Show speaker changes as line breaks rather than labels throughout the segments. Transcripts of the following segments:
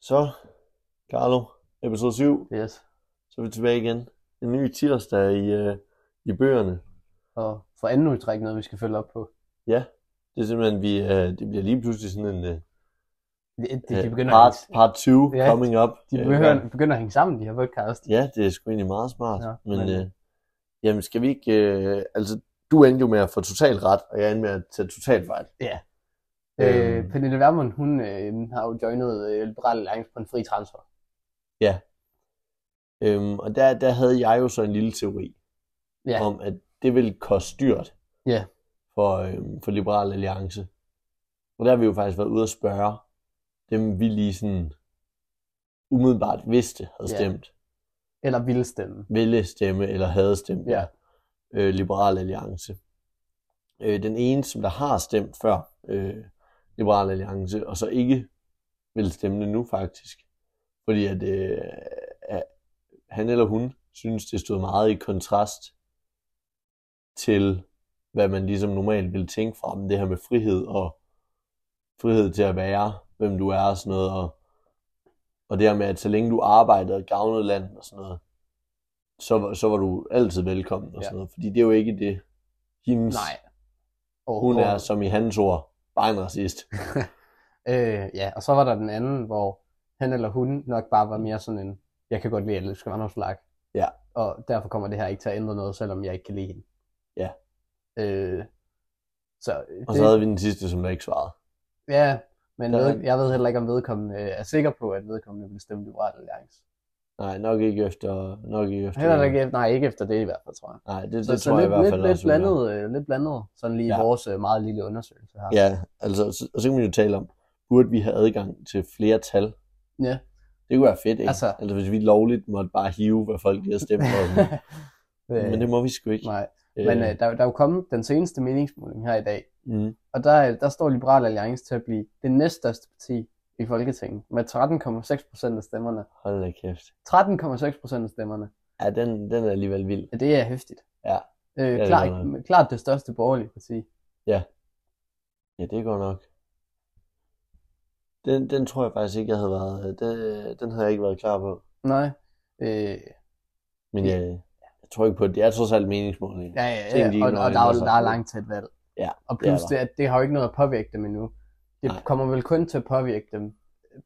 Så, Carlo, episode 7,
Yes.
så er vi tilbage igen. En ny titelsdag i, øh, i bøgerne.
Og for anden uge i træk noget, vi skal følge op på.
Det er simpelthen, vi, øh, det bliver lige pludselig sådan en øh,
De, de, de
øh,
begynder,
part,
at, hænge,
part 20
Ja,
coming up.
de
Øh,
begynder, begynder at hænge sammen, de her podcast.
Ja, det er sgu egentlig meget smart.
Ja,
men
men-
øh, jamen, skal vi ikke... Øh, altså, du endte jo med at få totalt ret, og jeg endte med at tage totalt fejl.
Øh,
Øhm.
Pernille Vermund, hun øh, har jo joinet øh, Liberal Alliance på en fri transfer.
Øhm, og der, der havde jeg jo så en lille teori
Ja.
om, at det ville koste dyrt
Ja.
for, øhm, for Liberal Alliance. Og der har vi jo faktisk været ude og spørge dem, vi lige sådan umiddelbart vidste havde
Ja.
stemt,
Eller ville stemme.
ville stemme eller havde stemt
Ja.
øh, Liberal Alliance. Øh, den ene, som der har stemt før øh, Liberal Alliance, og så ikke vil stemme det nu faktisk, fordi at, øh, at han eller hun synes, det stod meget i kontrast til, hvad man ligesom normalt ville tænke fra dem, det her med frihed og frihed til at være, hvem du er og sådan noget, og, og det her med, at så længe du arbejdede og gavnede landet og sådan noget, så, var- så var du altid velkommen og
Ja.
sådan noget, fordi det er jo ikke det, hendes,
Nej.
hun er,
Overhovedet.
som i hans ord, bare en racist.
Øh, ja, og så var der den anden, hvor han eller hun nok bare var mere sådan en, jeg kan godt lide, at det skal være noget slag.
Ja.
Og derfor kommer det her ikke til at ændre noget, selvom jeg ikke kan lide hende.
Ja.
Øh, så øh,
Og
det,
så havde vi den sidste, som der ikke svarede.
ja, men
Der-
ved, jeg ved heller ikke, om vedkommende øh, er sikker på, at vedkommende vil stemme Liberal Alliance.
Nej, nok ikke efter... Nok ikke efter
Heller ikke, nej, ikke efter det i hvert fald, tror jeg.
Nej, det,
Så,
det
så
tror jeg i
lidt,
hvert fald
lidt, lidt
også, vi gør.
blandet, øh, lidt blandet, sådan lige i
Ja.
vores øh, meget lille undersøgelse her.
Ja, altså, så, og så kan man jo tale om, burde vi have adgang til flere tal?
Ja.
Det kunne være fedt, ikke? Altså,
Altså-
altså hvis vi lovligt måtte bare hive, hvad folk lige har stemt på.
Øh,
men det må vi sgu ikke.
nej. Men øh, der, der er jo kommet den seneste meningsmåling her i dag,
mm,
Og der, der står Liberal Alliance til at blive det næststørste parti i Folketinget, med 13,6 procent af stemmerne.
hold da kæft.
13,6 procent af stemmerne.
Ja, den, den er alligevel vild.
Ja, det er hæftigt.
Ja.
Øh,
det er
klart,
godt
klart det største borgerlige parti.
Ja, det går nok. Den, den tror jeg faktisk ikke, jeg havde været... øh, Den, den havde jeg ikke været klar på.
Nej. Øh,
Men jeg, jeg tror ikke på, det. det er trods alt meningsmåling.
ja, ja,
Tænk lige,
ja. Og,
når
og
det
der, er,
bliver
jo- der er
sagt.
langt til et valg.
Ja,
og
det er
plus det, at det har jo ikke noget at påvirke dem endnu. Det
Nej.
kommer vel kun til at påvirke dem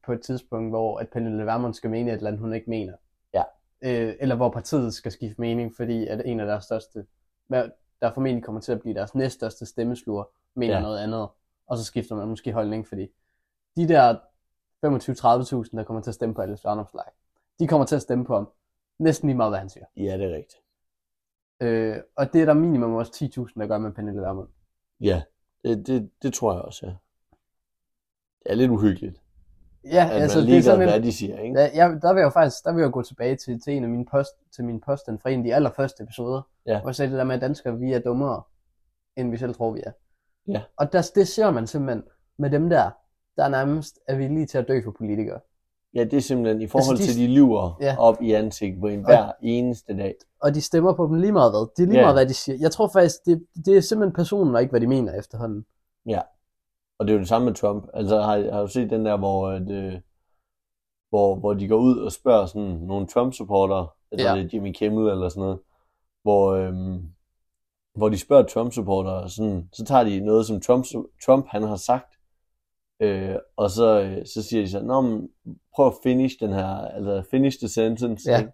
på et tidspunkt, hvor at Pernille Vermund skal mene et eller andet, hun ikke mener.
Ja.
Øh, eller hvor partiet skal skifte mening, fordi at en af deres største, hvad- der formentlig kommer til at blive deres næststørste stemmesluger, mener
Ja.
noget andet. Og så skifter man måske holdning, fordi de der 25-30.000, der kommer til at stemme på Alice Varnopslag, de kommer til at stemme på ham næsten lige meget, hvad han siger.
Ja, det er rigtigt.
Øh, og det er der minimum også 10.000, der gør med Pernille Vermund.
Ja, det, det, det tror jeg også, ja. Det er lidt uhyggeligt,
Ja,
at
altså
man
det er
ligeglad med,
sådan
hvad
en,
de siger, ikke?
Ja, jeg, der vil jeg jo faktisk der vil jeg jo gå tilbage til, til en af mine post, til min påstand fra en af de allerførste episoder,
Ja.
hvor jeg sagde det der med, at danskere vi er dummere, end vi selv tror, vi er.
Ja.
Og der, det ser man simpelthen med dem der, der nærmest er villige til at dø for politikere.
Ja, det er simpelthen i forhold
Altså, de-
til, de lyver
Ja.
op i ansigtet på en hver eneste dag.
Og de stemmer på dem lige meget hvad. Det er lige
Ja.
meget hvad de siger. Jeg tror faktisk, det, det er simpelthen personen og ikke hvad de mener efterhånden.
Og det er jo det samme med Trump. Altså, har, har du set den der, hvor, at, øh, hvor, hvor de går ud og spørger sådan nogle Trump-supportere, eller
Ja.
det er Jimmy Kimmel eller sådan noget, hvor, øhm, hvor de spørger Trump-supportere, sådan, så tager de noget, som Trump, Trump han har sagt, øh, og så, øh, så siger de så, Nå, men, prøv at finish den her, altså finish the sentence.
Ja.
ikke?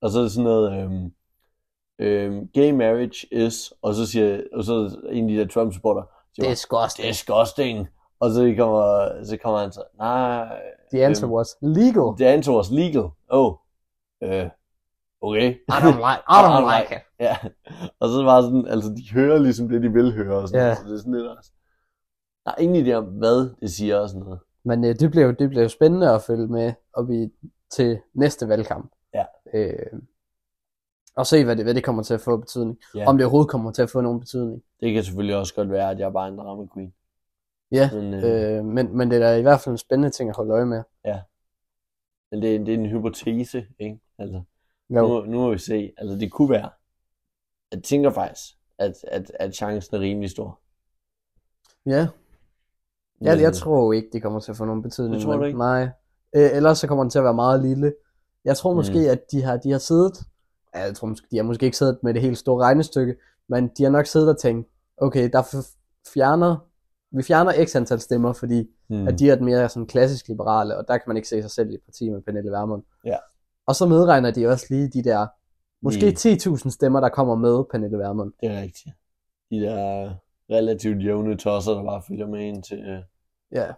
Og så er det sådan noget, øhm, øhm, gay marriage is, og så siger, og så er der en af de der Trump-supportere,
Det er sgu også
det er
det.
disgusting. Og så kommer, så kommer han så, nej,
The answer was legal.
det er answer was legal. Oh, øh, okay.
I don't like, I don't like it.
Ja. Og så var sådan, altså de hører ligesom det, de vil høre. Og sådan,
Ja.
yeah. så det er sådan lidt også. Der er ingen idé om, hvad det siger og sådan noget.
Men øh, det, bliver, jo- det bliver jo spændende at følge med op i, til næste valgkamp.
Ja.
Øh, og se, hvad det, hvad det kommer til at få af betydning.
Ja.
Ja. Om det overhovedet kommer til at få nogen betydning.
Det kan selvfølgelig også godt være, at jeg er bare en drama queen.
Ja,
Men, øh, øh.
Ja. Øh, men, men det er da i hvert fald en spændende ting at holde øje med.
men det, er, det er en hypotese, ikke? Altså,
Jo,
nu, nu må vi se. Altså, det kunne være. Jeg tænker faktisk, at, at, at chancen er rimelig stor.
ja. Jeg,
Men,
jeg
øh,
tror jo ikke, det kommer til at få nogen betydning.
Det tror du
men,
ikke?
Nej. Øh, ellers så kommer den til at være meget lille. Jeg tror måske,
Mm.
mm. at de har, de har siddet, ja, jeg tror måske, de har måske ikke siddet med det helt store regnestykke, men de har nok siddet og tænkt, okay, der f- fjerner, vi fjerner x antal stemmer, fordi
Mm.
at de er den mere sådan klassisk liberale, og der kan man ikke se sig selv i et parti med Pernille Vermund.
Ja. Mm.
Og så medregner de også lige de der, måske
Lige.
10.000 stemmer, der kommer med Pernille Vermund.
Det er rigtigt. De der relativt jævne tosser, der bare følger med ind til øh,
Ja,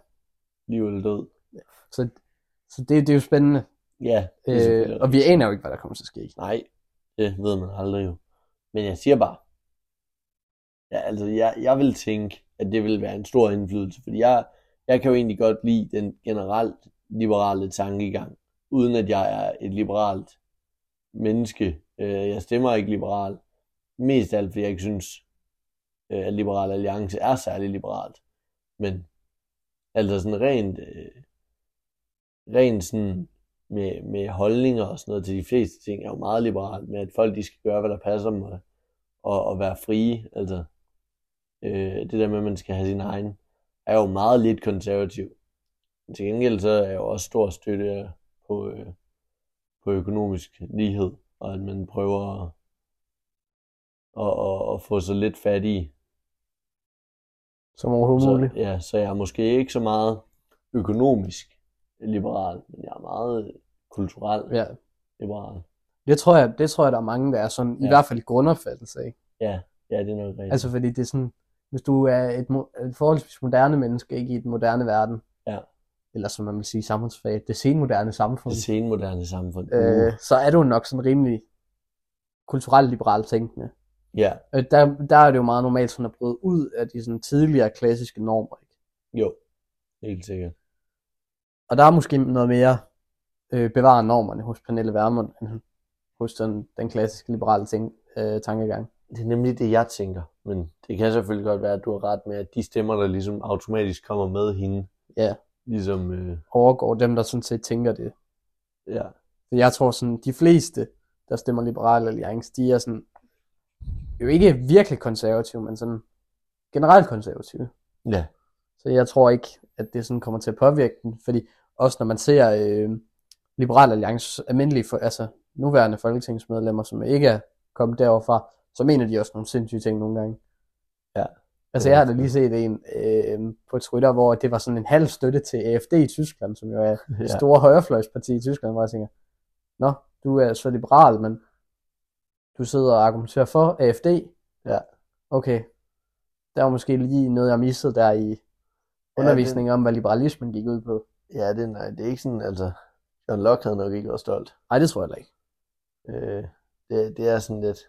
liv eller død.
så, så det, det er jo spændende.
Ja, det er
Øh,
selvfølgelig
og vi
rigtigt.
aner jo ikke, hvad der kommer til at ske.
Nej, det ved man aldrig jo. Men jeg siger bare, ja, altså, jeg, jeg vil tænke, at det vil være en stor indflydelse, fordi jeg, jeg kan jo egentlig godt lide den generelt liberale tankegang, uden at jeg er et liberalt menneske. Øh, jeg stemmer ikke liberal. Mest af alt, fordi jeg ikke synes, øh, at Liberal Alliance er særlig liberalt. Men altså sådan rent, øh, rent sådan med, med holdninger og sådan noget til de fleste ting, er jo meget liberalt med, at folk de skal gøre, hvad der passer dem, og, og, og være frie. Altså, øh, det der med, at man skal have sin egen, er jo meget lidt konservativ. Men til gengæld så er jeg jo også stor støtte på, øh, på økonomisk lighed, og at man prøver at, at, at, at få så lidt fat i,
Som overhovedet
så,
muligt.
ja, så jeg er måske ikke så meget økonomisk liberal, men jeg er meget kulturelt
Ja.
liberal.
Det tror, jeg, det tror jeg, der er mange, der er sådan, ja.
Ja.
i hvert fald i grundopfattelse. Ikke?
Ja, det er nok rigtigt.
Altså fordi det er sådan, hvis du er et, mo- et forholdsvis moderne menneske, ikke i den moderne verden,
Ja.
eller som man vil sige i samfundsfag, det senmoderne samfund,
det senmoderne samfund.
øh,
Uh.
så er du nok sådan rimelig kulturelt liberalt tænkende.
Ja,
Øh, der, der er det jo meget normalt sådan at bryde ud af de sådan tidligere klassiske normer. Ikke?
jo. Helt sikkert.
Og der er måske noget mere øh, bevare normerne hos Pernille Vermund, end hos den, den klassiske liberale tænk, øh, tankegang.
Det er nemlig det, jeg tænker. Men det kan selvfølgelig godt være, at du har ret med, at de stemmer, der ligesom automatisk kommer med hende,
Ja.
ligesom, øh,
Overgår dem, der sådan set tænker det.
ja,
Så jeg tror sådan, de fleste, der stemmer Liberal Alliance, de er sådan, jo ikke virkelig konservative, men sådan generelt konservative.
ja,
Så jeg tror ikke, at det sådan kommer til at påvirke den, fordi også når man ser øh, Liberal Alliance almindelige, for, altså nuværende folketingsmedlemmer, som ikke er kommet deroverfra, så mener de også nogle sindssyge ting nogle gange.
Ja.
Altså jeg har da lige set en øh, på Twitter, hvor det var sådan en halv støtte til AFD i Tyskland, som jo er det
ja.
store højrefløjsparti i Tyskland, hvor jeg tænker, nå, du er så liberal, men du sidder og argumenterer for AFD.
Ja.
Okay. Der var måske lige noget, jeg missede der i undervisningen om, hvad liberalismen gik ud på.
Ja, det, nej, det er ikke sådan, altså, John Locke havde nok ikke været stolt.
Nej, det tror jeg heller ikke.
Øh, det, det er sådan lidt,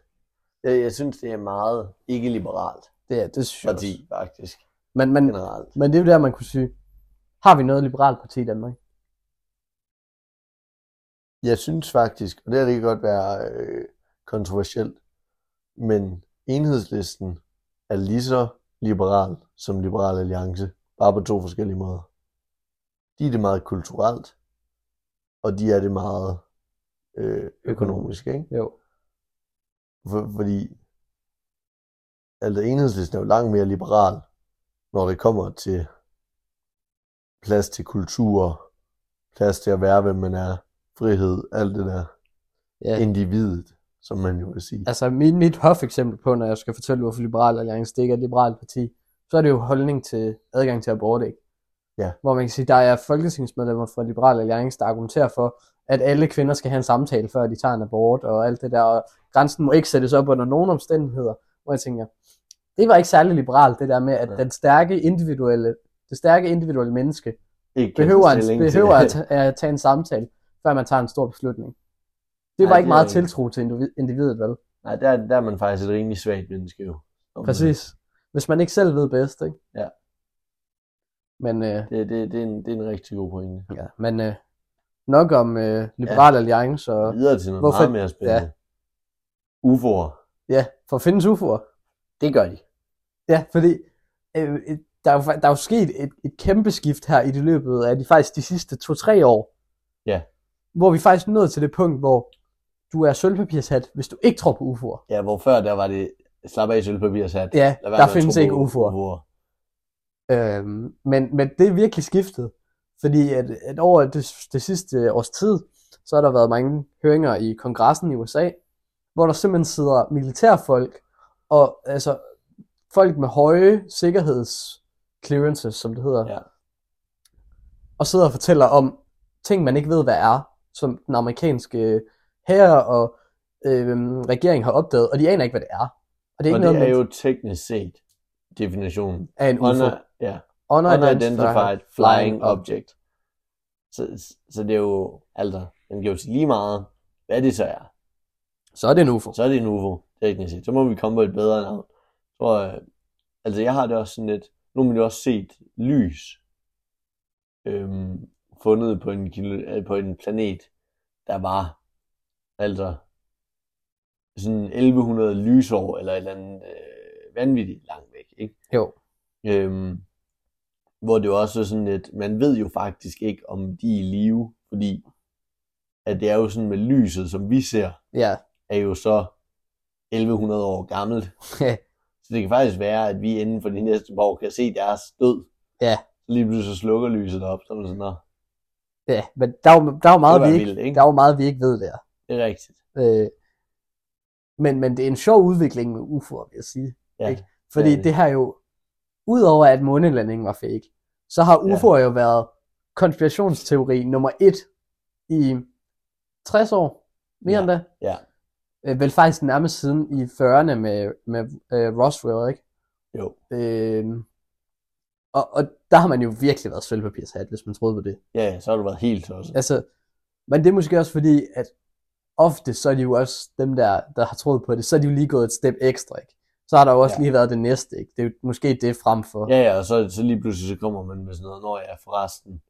jeg, jeg synes, det er meget ikke-liberalt
Det, er- det synes jeg også.
parti, faktisk,
Men, men,
generelt.
men det er jo der, man kunne sige, har vi noget liberalt parti i Danmark?
Jeg synes faktisk, og det her det kan godt være øh, kontroversielt, men enhedslisten er lige så liberal som Liberal Alliance, bare på to forskellige måder. De er det meget kulturelt, og de er det meget øh, økonomisk, ikke?
Jo.
For, fordi altså enhedslisten er jo langt mere liberal, når det kommer til plads til kultur, plads til at være, hvem man er, frihed, alt det der
Ja.
individet, som man jo vil sige.
Altså mit, mit hof-eksempel på, når jeg skal fortælle, hvorfor Liberal Alliance det ikke er et liberalt parti, så er det jo holdning til adgang til abort, ikke?
Ja.
Hvor man kan sige, der er folketingsmedlemmer fra Liberal Alliance, der argumenterer for, at alle kvinder skal have en samtale, før de tager en abort og alt det der, og grænsen må ikke sættes op under nogen omstændigheder, hvor jeg tænker, det var ikke særlig liberalt, det der med, at
Ja.
den stærke individuelle, det stærke individuelle menneske
Ikke
behøver,
tage
en,
stilling
behøver
til-
at, ta- at tage en samtale, før man tager en stor beslutning. Det
Nej,
var ikke
det er
meget
jeg ikke.
tiltro til individ- individet, vel?
Nej, der, der er man faktisk et rimelig svagt menneske jo. Om øh,
Præcis. Hvis man ikke selv ved bedst, ikke?
Ja.
Men, øh,
Det, det, det, er en, det er en rigtig god pointe.
ja. men øh, nok om øh, Liberal ja. Alliance, og
Videre til noget
Hvorfor-
meget mere spændende. Ja. UFO'er.
ja, for findes UFO'er.
Det gør de.
Ja, fordi øh, øh, der, er jo, fa- der er jo sket et, et kæmpe skift her i det løbet af de, faktisk de sidste to-tre år.
Ja.
Hvor vi faktisk nåede til det punkt, hvor du er sølvpapirshat, hvis du ikke tror på UFO'er.
Ja, hvor før der var det slap af sølvpapir sat.
Ja,
Lad være
der
med at
findes
tro
ikke
på
UFO'er.
UFO'er.
Øhm, men, men det er virkelig skiftet. Fordi at, at over det, det sidste års tid, så har der været mange høringer i kongressen i USA, hvor der simpelthen sidder militærfolk, og altså folk med høje sikkerhedsclearances, som det hedder,
Ja.
og sidder og fortæller om ting, man ikke ved, hvad er, som den amerikanske her og øh, regering har opdaget, og de aner ikke, hvad det er. Og det er
og
ikke
det
noget,
er
man-
jo teknisk set definitionen.
af en UFO.
Under, ja,
Unidentified
unidentified flying object. Så, så det er jo, altså, den giver jo til lige meget, hvad det så er.
Så er det en UFO.
Så er det en UFO, teknisk set. Så må vi komme på et bedre navn. Og, øh, altså, jeg har det også sådan lidt, nu har man jo også set lys øhm, fundet på en, kilo, øh, på en planet, der var altså sådan 1100 lysår eller et eller andet øh, vanvittigt langt væk. Ikke?
Jo.
Øhm, hvor det jo også er sådan lidt, man ved jo faktisk ikke, om de er i live, fordi at det er jo sådan med lyset, som vi ser,
Ja.
er jo så 1100 år gammelt. Så det kan faktisk være, at vi inden for de næste par år kan se deres død.
Ja.
Så lige pludselig så slukker lyset op, så er man sådan, "Nå,
ja. Men der er jo, der er jo meget,
det var
vi ikke,
vildt, ikke?
der er jo meget, vi ikke ved der.
Det er rigtigt.
Øh, men, men det er en sjov udvikling med UFO'er, vil jeg sige.
Ja.
Ikke? Fordi
Ja,
det,
det-
har jo, udover at månelandingen var fake, så har
Ja.
UFO'er jo været konspirationsteori nummer et i 60 år, mere
Ja,
end det.
ja.
Øh, vel faktisk nærmest siden i 40'erne med, med øh, Roswell, ikke?
Jo.
Øh, og, og der har man jo virkelig været sølvpapirshat, hvis man troede på det.
Ja, ja, så har du været helt tosset. Ja.
Altså, men det er måske også fordi, at ofte så er de jo også dem der, der har troet på det, så er de jo lige gået et step ekstra, ikke? Så har der jo også ja.
Ja.
lige været det næste, ikke? Det er jo måske det frem for.
ja, ja, og så, så lige pludselig så kommer man med sådan noget, når jeg er forresten,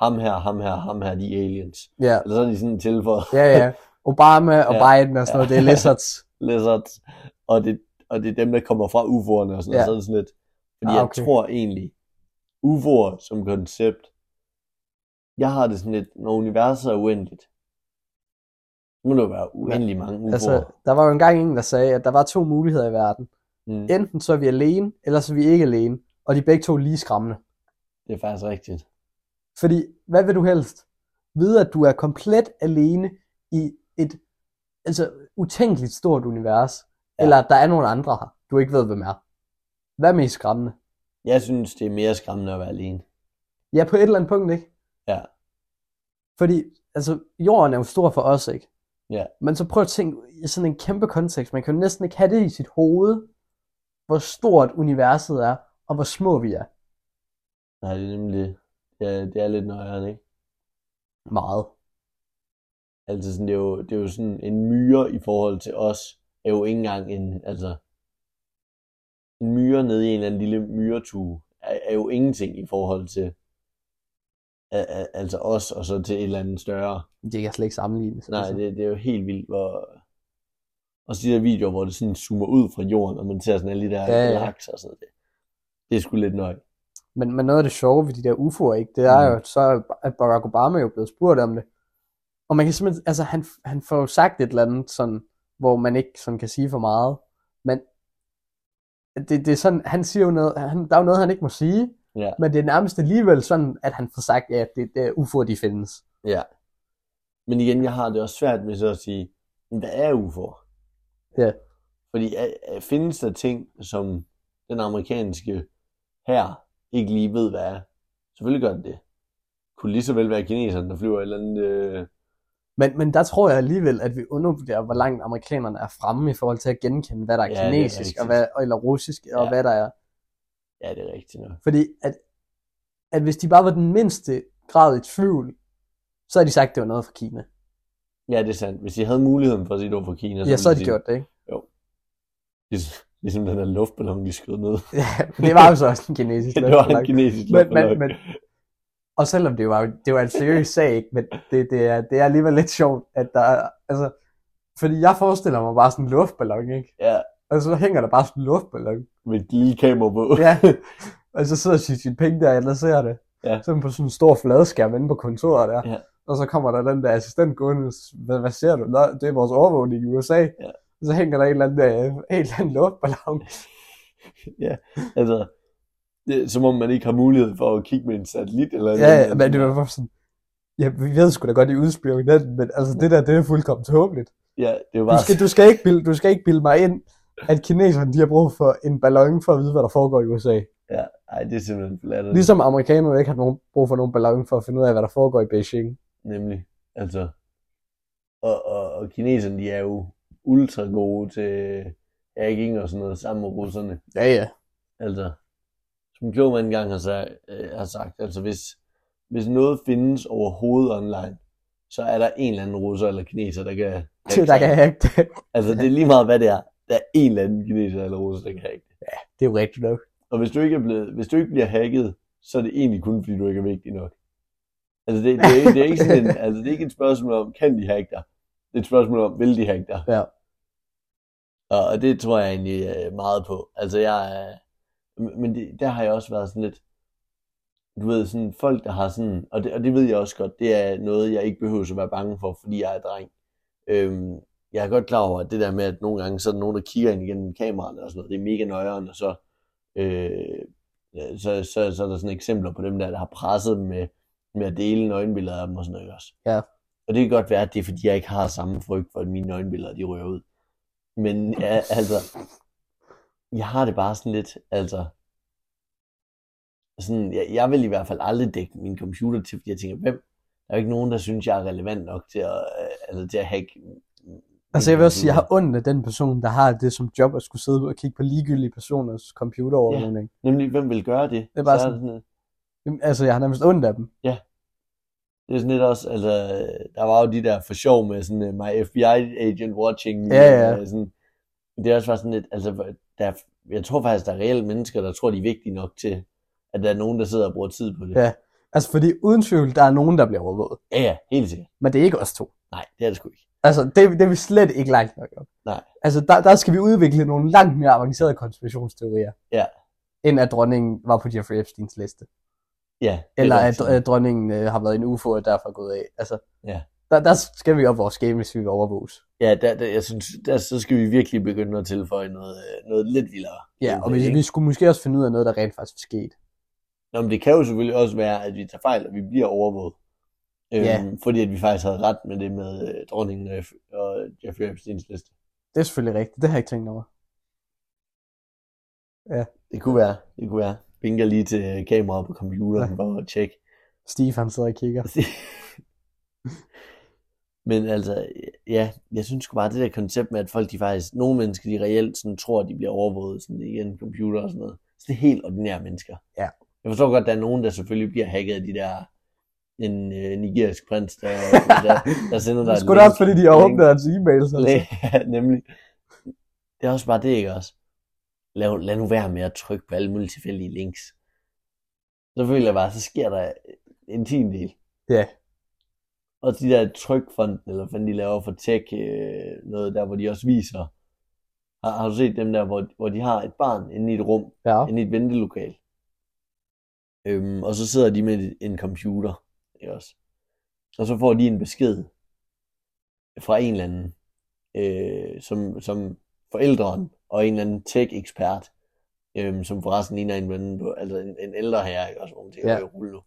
ham her, ham her, ham her, de er aliens.
ja.
Eller så er de sådan tilføjet.
ja, ja. Obama og
Ja.
Biden og sådan noget, det er
Ja.
lizards.
lizards, og det, og det er dem, der kommer fra UFO'erne og sådan,
Ja.
ja. sådan lidt. Fordi
Ah,
ah, okay.
okay.
jeg tror egentlig, UFO'er som koncept, jeg har det sådan lidt, når universet er uendeligt, så må der jo være uendelig mange UFO'er.
Altså, der var jo engang ingen, der sagde, at der var to muligheder i verden.
mm,
Enten så er vi alene, eller så er vi ikke alene. Og de er begge to lige skræmmende.
det er faktisk rigtigt.
Fordi, hvad vil du helst? Vide, at du er komplet alene i et altså, utænkeligt stort univers, ja.
Ja.
eller at der er nogle andre her, du ikke ved, hvem er. Hvad er mest skræmmende?
Jeg synes, det er mere skræmmende at være alene.
Ja, på et eller andet punkt, ikke?
Ja.
Fordi, altså, jorden er jo stor for os, ikke?
Ja.
Men så prøv at tænke i sådan en kæmpe kontekst. Man kan jo næsten ikke have det i sit hoved, hvor stort universet er, og hvor små vi er.
Nej, det er nemlig, ja, det er lidt nøjere, ikke?
Meget.
Altså sådan, det, er jo, det er jo sådan en myre i forhold til os, er jo ikke engang en, altså, en myre nede i en eller anden lille myretue, er, er jo ingenting i forhold til, a, a, altså os, og så til et eller andet større.
Det kan slet ikke sammenlignes.
Nej,
altså.
det, det er jo helt vildt, hvor... Og så de der videoer, hvor det sådan zoomer ud fra jorden, og man ser sådan alle de der
Ja, ja.
galakser og sådan noget. Det er sgu lidt nøj.
Men, men noget af det sjove ved de der UFO'er, ikke, det er
Mm.
jo, at så er Ba- at Barack Obama jo blevet spurgt om det. Og man kan simpelthen, altså han, han får jo sagt et eller andet, sådan, hvor man ikke sådan kan sige for meget. Men det, det er sådan, han siger jo noget, han, der er jo noget, han ikke må sige.
Ja.
Men det er nærmest alligevel sådan, at han får sagt, ja, det, det er UFO'er, de findes.
Ja. Men igen, jeg har det også svært med så at sige, "Men hvad er UFO'er?
Ja.
Fordi er, er, findes der ting, som den amerikanske her ikke lige ved, hvad er? Selvfølgelig gør den det. Kunne lige så vel være kineserne, der flyver et eller andet... Øh...
Men, men der tror jeg alligevel, at vi undervurderer, hvor langt amerikanerne er fremme i forhold til at genkende, hvad der er
Ja, det
ja,
er
kinesisk,
rigtigt.
og hvad, eller russisk, ja. og
Ja.
hvad der er
Ja, det er rigtigt nok.
Fordi at, at hvis de bare var den mindste grad i tvivl, så havde de sagt, at det var noget fra Kina.
Ja, det er sandt. Hvis de havde muligheden for at sige, at det var fra Kina,
Ja, så
ville
havde de gjort det, ikke?
Ligesom, ligesom den der luftballon, de skød ned.
Ja, det var jo så også en kinesisk
det var en
luftballon.
kinesisk
men, men,
luftballon.
men, og selvom det var, jo- det var en seriøs sag, ikke? men det, det, er, det er alligevel lidt sjovt, at der er, altså, fordi jeg forestiller mig bare sådan en luftballon, ikke?
Ja,
Og så hænger der bare sådan en luftballon.
med et lille kamera på.
Ja. Og så sidder Xi Jinping der, eller ser det.
Ja.
Sådan på sådan en stor fladskærm inde på kontoret der.
Ja.
Og så kommer der den der assistent gående, hvad, hvad ser du? Nå, det er vores overvågning i USA.
Ja.
Og så hænger der en eller anden, øh, en eller anden luftballon.
Altså, det, som om man ikke har mulighed for at kigge med en satellit eller
Ja, ja, men det var bare sådan, ja, vi ved sgu da godt, I udspiller hinanden, men altså det der, det er fuldkommen tåbeligt.
ja, det var
Du
bare...
skal, du, skal ikke bilde, du skal ikke bilde mig ind, at kineserne de har brug for en ballon for at vide, hvad der foregår i USA.
Ja, ej, det er simpelthen flattert. Ligesom...
Ligesom amerikanerne ikke har nogen, brug for nogen ballon for at finde ud af, hvad der foregår i Beijing.
Nemlig, altså. Og, og, og kineserne, de er jo ultra gode til hacking og sådan noget sammen med russerne.
Ja, ja.
Altså, som Kloman engang har, sag, øh, har sagt, altså hvis, hvis noget findes overhovedet online, så er der en eller anden russer eller kineser, der kan... hacke
Der
sig.
kan hacke det.
Altså, det er lige meget, hvad det er. Der er en eller anden kineser eller russer, der kan hacke. det.
Det er jo rigtigt nok.
Og hvis du ikke, er blevet, hvis du ikke bliver hacket, så er det egentlig kun, fordi du ikke er vigtig nok. Altså, det, det, er, det, er, ikke sådan en, altså, det er ikke et spørgsmål om, kan de hacke dig? Det er et spørgsmål om, vil de hacke dig?
Ja.
Og, og det tror jeg egentlig øh, meget på. Altså, jeg er... m- Men det, der har jeg også været sådan lidt... Du ved, sådan folk, der har sådan... Og det, og det ved jeg også godt, det er noget, jeg ikke behøver at være bange for, fordi jeg er dreng. Øhm, jeg er godt klar over, at det der med, at nogle gange så er der nogen, der kigger ind igennem kameraet og sådan noget, det er mega nøjeren, og så, øh, så, så, så er der sådan eksempler på dem der, der har presset dem med, med at dele nøgenbilleder af dem og sådan noget også.
Ja.
Og det kan godt være, at det er, fordi jeg ikke har samme frygt for, at mine nøgenbilleder, de rører ud. Men ja, altså, jeg har det bare sådan lidt, altså, sådan, jeg, jeg vil i hvert fald aldrig dække min computer til, fordi jeg tænker, hvem? Der er jo ikke nogen, der synes, jeg er relevant nok til at, øh, altså, til at hacke.
Altså
min
jeg vil også sige, jeg
computer.
har ondt af den person, der har det som job at skulle sidde og kigge på ligegyldige personers computerovervågning.
Nemlig, hvem vil gøre det?
Det er bare
Så
sådan-
lidt-
Jamen, Altså jeg har nærmest ondt af dem.
det er sådan lidt også, altså, der var jo de der for sjov med sådan, øh, my FBI agent watching. me,
Ja, ja.
øh, Sådan, det er også bare sådan lidt, altså, hvor- der, er- jeg tror faktisk, der er reelle mennesker, der tror, de er vigtige nok til, at der er nogen, der sidder og bruger tid på det.
Ja. Altså fordi uden tvivl, der er nogen, der bliver overvåget.
ja, ja helt sikkert.
Men det er ikke os to.
Nej, det er det sgu ikke.
Altså det, det er vi slet ikke langt nok om.
Nej.
Altså der, der skal vi udvikle nogle langt mere avancerede konspirationsteorier.
Ja.
End at dronningen var på Jeffrey Epsteins liste.
Ja, det er
Eller
nok
at
sådan.
øh, dronningen øh, har været en UFO og derfor er gået af. Altså,
Ja.
der, der skal vi op vores game, hvis vi vil overvåges.
Ja, der, der, jeg synes, der, så skal vi virkelig begynde at tilføje noget, øh, noget lidt vildere.
Ja, og
vi,
vi, vi skulle måske også finde ud af noget, der rent faktisk skete.
Nå, men det kan jo selvfølgelig også være, at vi tager fejl, og vi bliver overvåget. Øhm,
Ja.
Fordi at vi faktisk havde ret med det med øh, dronningen og, F- og Jeffrey Epsteins liste.
Det er selvfølgelig rigtigt, det har jeg ikke tænkt over.
Det kunne være, det kunne være. Vinker lige til øh, kameraet på computeren
Ja.
for at tjekke.
Steve, han sidder og kigger.
Men altså, ja, jeg synes sgu bare, det der koncept med, at folk de faktisk, nogle mennesker, de reelt sådan, tror, at de bliver overvåget sådan, igen, computer og sådan noget. Så det er helt ordinære mennesker.
Ja.
Jeg forstår godt, at der er nogen, der selvfølgelig bliver hacket af de der, en øh, nigerisk prins, der, der, der sender dig et
Sgu da
link-
også, fordi de har
link-
åbnet altså. hans e-mail. Så.
Ja, nemlig. Det er også bare det, ikke også? Lad, lad nu være med at trykke på alle mulige tilfældige links. Så føler jeg bare, så sker der en tiendel.
Ja.
Og de der trykfonden, eller hvad de laver for tech, øh, noget der, hvor de også viser. Har, har du set dem der, hvor, hvor de har et barn inde i et rum,
Ja.
inde i et ventelokal. Øhm, og så sidder de med en computer, ikke også? Og så får de en besked fra en eller anden, øh, som, som forældren og en eller anden tech-ekspert, øhm, som forresten ligner en, ven på, altså en, en ældre herre, ikke også, hvor hun tænker,
Ja.
ja. rulle nu,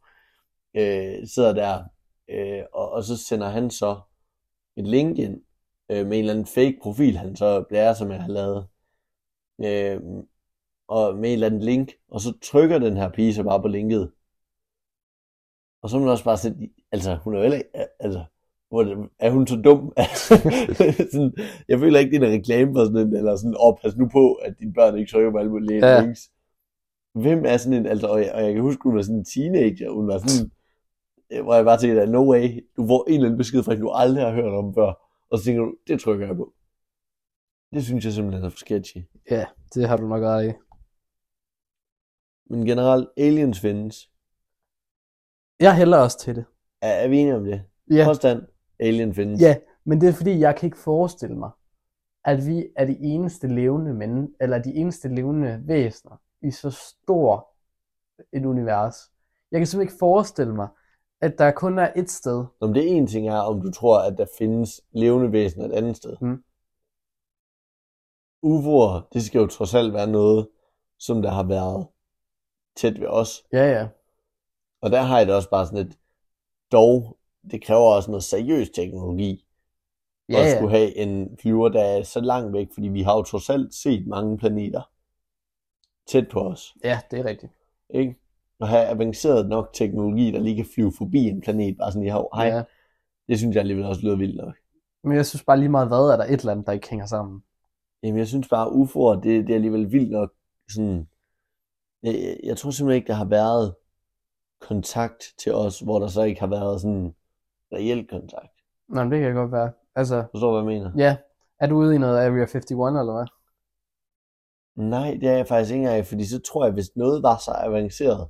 øh, sidder der, øh, og, og så sender han så et link ind øh, med en eller anden fake profil, han så blærer sig med at have lavet, øh, og med et eller andet link, og så trykker den her pige så bare på linket. Og så må man også bare sætte, altså hun er jo heller ikke, altså, hvor, det- er hun så dum? sådan, jeg føler ikke, det er en reklame for sådan en, eller sådan, åh, pas nu på, at dine børn ikke trykker på alle mulige
Ja.
ja. links. Hvem er sådan en, altså, og jeg, og jeg kan huske, hun var sådan en teenager, hun var sådan, øh, hvor jeg bare tænkte, no way, du får en eller anden besked fra, en, du aldrig har hørt om før, og så tænker du, det trykker jeg på. Det synes jeg simpelthen er for sketchy.
ja, det har du nok ret i.
Men generelt, aliens findes.
Jeg hælder også til det.
Er, er vi enige om det?
Ja.
Påstand, alien findes.
Ja, men det er fordi, jeg kan ikke forestille mig, at vi er de eneste levende men, eller de eneste levende væsener i så stor et univers. Jeg kan simpelthen ikke forestille mig, at der kun er et sted.
Om det ene ting er, om du tror, at der findes levende væsener et andet sted.
Mm.
UFO'er, det skal jo trods alt være noget, som der har været tæt ved os.
Ja, ja.
Og der har jeg det også bare sådan lidt, dog, det kræver også noget seriøs teknologi,
Ja,
at
ja.
skulle have en flyver, der er så langt væk, fordi vi har jo trods alt set mange planeter tæt på os,
ja, det er rigtigt.
ikke? Og have avanceret nok teknologi, der lige kan flyve forbi en planet, bare sådan i hav. Hej, ja.
Ja.
det synes jeg alligevel også lyder vildt nok.
Men jeg synes bare lige meget hvad, er der et eller andet, der ikke hænger sammen.
Jamen, jeg synes bare, UFO'er, det, det er alligevel vildt nok sådan... Jeg, jeg tror simpelthen ikke, der har været kontakt til os, hvor der så ikke har været sådan reel kontakt.
Nå, men det kan godt være. Altså,
Forstår du, hvad jeg mener?
ja. Er du ude i noget Area 51, eller hvad?
Nej, det er jeg faktisk ikke engang, fordi så tror jeg, hvis noget var så avanceret,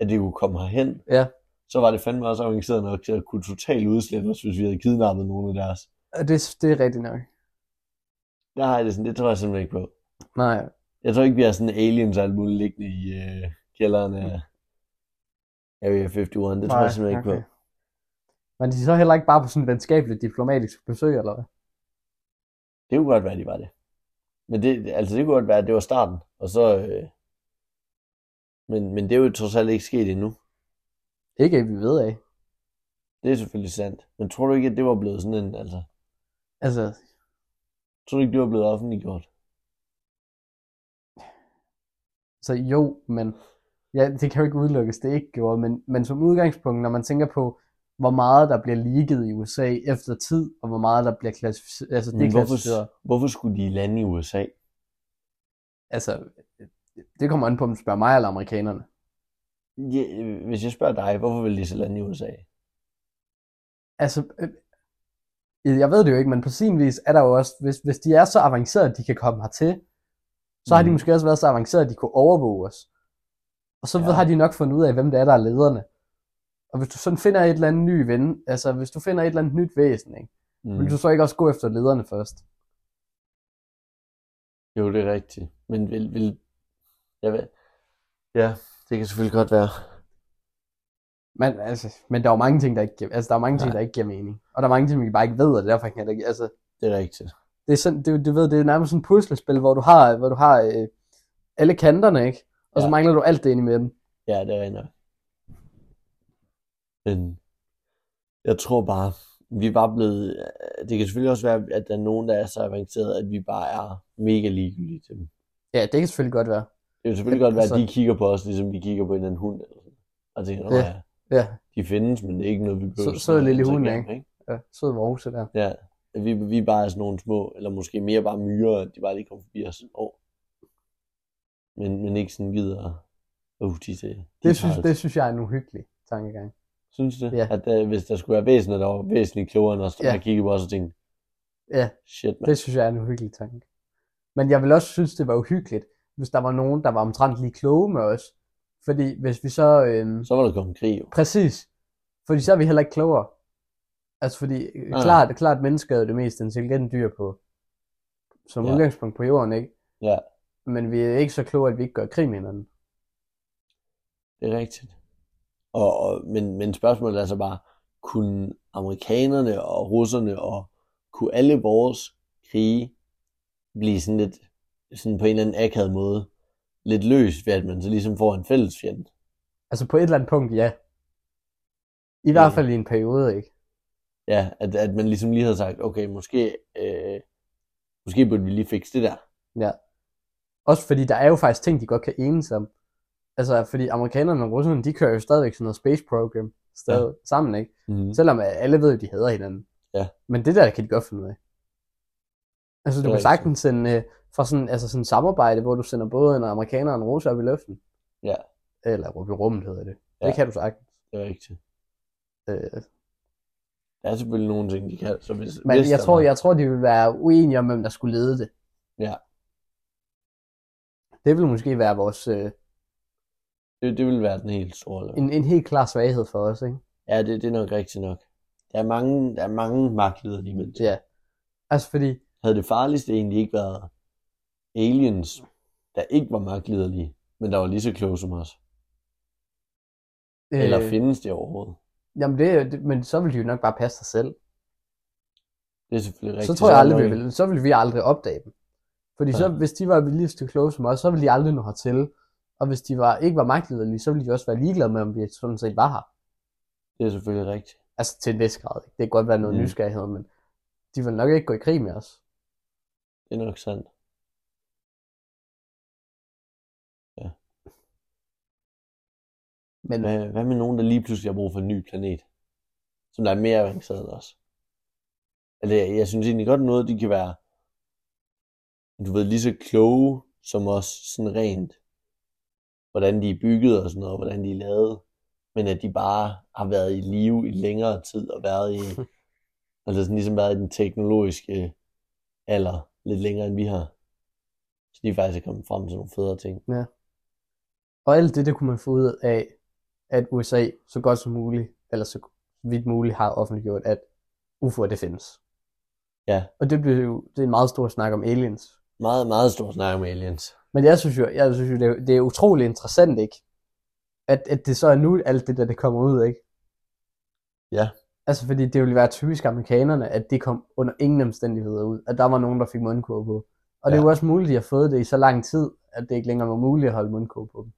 at det kunne komme herhen,
Ja.
så var det fandme også avanceret nok til at kunne totalt udslette os, hvis vi havde kidnappet nogen af deres.
Ja, Øh, Det, det er rigtigt nok.
Der har jeg det sådan, det tror jeg simpelthen ikke på.
Nej,
Jeg tror ikke, vi har sådan aliens og alt muligt liggende i øh, kælderen af Area 51. Det tror
Nej,
jeg simpelthen ikke
okay.
på.
Men de er så heller ikke bare på sådan et venskabeligt diplomatisk besøg, eller hvad?
Det kunne godt være, de var det. Men det, altså, det kunne godt være, at det var starten. Og så, øh, men, men det er jo trods alt ikke sket endnu.
Ikke, at vi ved af.
Det er selvfølgelig sandt. Men tror du ikke, at det var blevet sådan en, altså,
Altså,
tror du ikke, det var blevet offentliggjort?
så jo, men ja, det kan jo ikke udelukkes, det ikke gjorde, men, men som udgangspunkt, når man tænker på, hvor meget der bliver leaget i USA efter tid, og hvor meget der bliver klassificeret, altså
Men
det
hvorfor,
klassificeret,
hvorfor skulle de lande i USA?
altså, det kommer an på, om du spørger mig eller amerikanerne.
Ja, øh, hvis jeg spørger dig, hvorfor vil de så lande i USA?
Altså, øh, jeg ved det jo ikke, men på sin vis er der jo også, hvis, hvis de er så avancerede, at de kan komme hertil, så har de
Mm.
måske også været så avancerede, at de kunne overvåge os. Og så
Ja.
ja. har de nok fundet ud af, hvem det er, der er lederne. Og hvis du sådan finder et eller andet ny ven, altså hvis du finder et eller andet nyt væsen, ikke, mm. vil
Mm.
du så ikke også gå efter lederne først?
Jo, det er rigtigt. Men vil, vil, jeg ved, ja, det kan selvfølgelig godt være.
Men, altså, men der er jo mange ting, der ikke giver, altså, der er mange ting,
Nej.
der ikke giver mening. Og der er mange ting, vi bare ikke ved, og derfor kan jeg da ikke, altså,
Det er rigtigt.
det er sådan, det, du ved, det er nærmest sådan et puslespil, hvor du har, hvor du har øh, alle kanterne, ikke? Og ja.
Ja.
så mangler du alt det ind i midten.
Ja, det er rigtigt. nok. Men jeg tror bare, vi er bare blevet... øh, Det kan selvfølgelig også være, at der er nogen, der er så avanceret, at vi bare er mega ligegyldige til dem.
Ja, det kan selvfølgelig godt være.
Det kan selvfølgelig godt være, at
Altså-
de kigger på os, ligesom de kigger på en eller anden hund. Eller sådan. Og tænker, "Nå
Ja.
ja,
Ja,
de findes, men det er ikke noget, vi behøver.
så
sådan
er det
at
lille hunden,
interagere
ikke?
med,
ja sød vorse der.
Ja, at vi, vi bare er sådan nogle små, eller måske mere bare myrer, at de bare lige kommer forbi os sådan, åh. Men, men ikke sådan gider, åh, de, de, de
Det synes,
tager os."
det synes jeg er en uhyggelig tankegang.
Synes du det?
Ja.
At der, hvis der skulle være væsener, der var væsentligt klogere end os, der
Ja.
ja. kiggede på os og tænkte,
Ja,
shit mand.
det synes jeg er en uhyggelig tanke. Men jeg vil også synes, det var uhyggeligt, hvis der var nogen, der var omtrent lige kloge med os. Fordi hvis vi så... Øh,
Så var der kommet krig jo.
Præcis. Fordi så er vi heller ikke klogere. Altså fordi, øh,
nej.
klart, klart mennesker er jo det mest intelligente dyr på, som
Ja.
ja. udgangspunkt på jorden, ikke?
Ja.
Men vi er ikke så kloge, at vi ikke gør krig med hinanden.
Det er rigtigt. Og, og, men, men spørgsmålet er så bare, kunne amerikanerne og russerne og kunne alle vores krige blive sådan lidt, sådan på en eller anden akavet måde, lidt løs ved, at man så ligesom får en fælles fjende?
Altså på et eller andet punkt, ja. I hvert
Ja.
fald i en periode, ikke?
Ja, at, at man ligesom lige havde sagt, okay, måske, øh, måske burde vi lige fikse det der.
Også fordi der er jo faktisk ting, de godt kan enes om. Altså fordi amerikanerne og russerne, de kører jo stadigvæk sådan noget space program stadig ja. sammen, ikke?
Mm.
Selvom øh, alle ved, at de hader hinanden.
Ja.
Men det der kan de godt finde ud af. Altså,
Det
du
er
kan
rigtigt.
sagtens sende øh, fra sådan, altså sådan et samarbejde, hvor du sender både en amerikaner og en rose op i luften.
Ja.
Eller op i rummet hedder det.
Ja.
Ja. Det kan du sagtens.
Det er rigtigt.
Øh,
Der er selvfølgelig nogle ting, de kan. Så hvis,
men
hvis
jeg
der
tror,
var-
jeg tror, de vil være uenige om, hvem der skulle lede det.
Ja.
Det vil måske være vores, øh,
Det, det ville være den helt store. Eller?
en, en helt klar svaghed for os, ikke?
Ja, det, det er nok rigtigt nok. Der er mange, der er mange magtledere lige mennesker.
Ja. Altså fordi,
Havde det farligste egentlig ikke været aliens, der ikke var magtliderlige, men der var lige så kloge som os?
øh,
Eller findes det overhovedet?
jamen det, er jo- det, men så vil de jo nok bare passe sig selv.
Det er selvfølgelig rigtigt.
så tror jeg
er der
aldrig, vi
nok ikke-
vil, så ville vi aldrig opdage dem. Fordi
Ja.
så, hvis de var vildt så kloge som os, så ville de aldrig nå hertil. Og hvis de var, ikke var magtliderlige, så ville de også være ligeglade med, om vi sådan set var her.
Det er selvfølgelig rigtigt.
Altså til en vis grad. Ikke? Det kan godt være noget
Mm.
mm. nysgerrighed, men de vil nok ikke gå i krig med os.
Det er nok sandt.
Men
Hvad, hvad med nogen, der lige pludselig har brug for en ny planet? Som der er mere avanceret end os? Eller jeg synes egentlig godt noget, de kan være, du ved, lige så kloge som os, sådan rent, hvordan de er bygget og sådan noget, hvordan de er lavet, men at de bare har været i live i længere tid og været i, altså sådan ligesom været i den teknologiske alder lidt længere end vi har. Så de er faktisk kommet frem til nogle federe ting.
Og alt det, det kunne man få ud af, at USA så godt som muligt, eller så vidt muligt, har offentliggjort, at UFO'er det findes.
Ja.
Og det blev jo, det er en meget stor snak om aliens.
Meget, meget stor snak om aliens.
Men jeg synes jo, jeg synes jo det, er, det er utrolig interessant, ikke? At, at det så er nu alt det der, det kommer ud, ikke?
Ja.
Altså, fordi det ville være typisk amerikanerne, at det kom under ingen omstændigheder ud. At der var nogen, der fik mundkurv på. Og det er
Ja.
jo også muligt, at de har fået det i så lang tid, at det ikke længere var muligt at holde mundkurv på dem.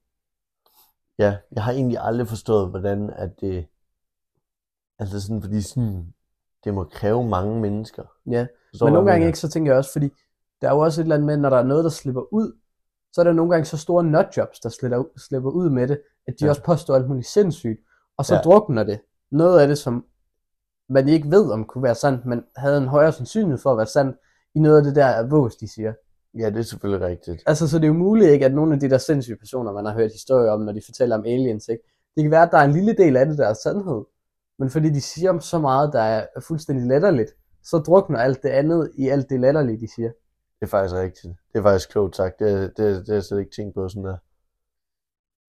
Ja, jeg har egentlig aldrig forstået, hvordan at det... Altså sådan, fordi sådan, det må kræve mange mennesker.
Ja,
Forstår
Men
du,
nogle
hvad jeg
gange
mener?
ikke, så tænker jeg også, fordi der er jo også et eller andet med, når der er noget, der slipper ud, så er der nogle gange så store nutjobs, der slipper, slipper ud med det, at de
Ja.
ja. også påstår alt muligt sindssygt, og så
Ja.
ja. drukner det. Noget af det, som man ikke ved, om kunne være sandt, men havde en højere sandsynlighed for at være sandt, i noget af det der vås, de siger.
Ja, det er selvfølgelig rigtigt.
Altså, så det er jo muligt, ikke, at nogle af de der sindssyge personer, man har hørt historier om, når de fortæller om aliens, ikke? det kan være, at der er en lille del af det, der er sandhed. Men fordi de siger om så meget, der er fuldstændig latterligt, så drukner alt det andet i alt det latterlige, de siger.
Det er faktisk rigtigt. Det er faktisk klogt sagt. Det, er- det, er- det har jeg slet ikke tænkt på sådan der.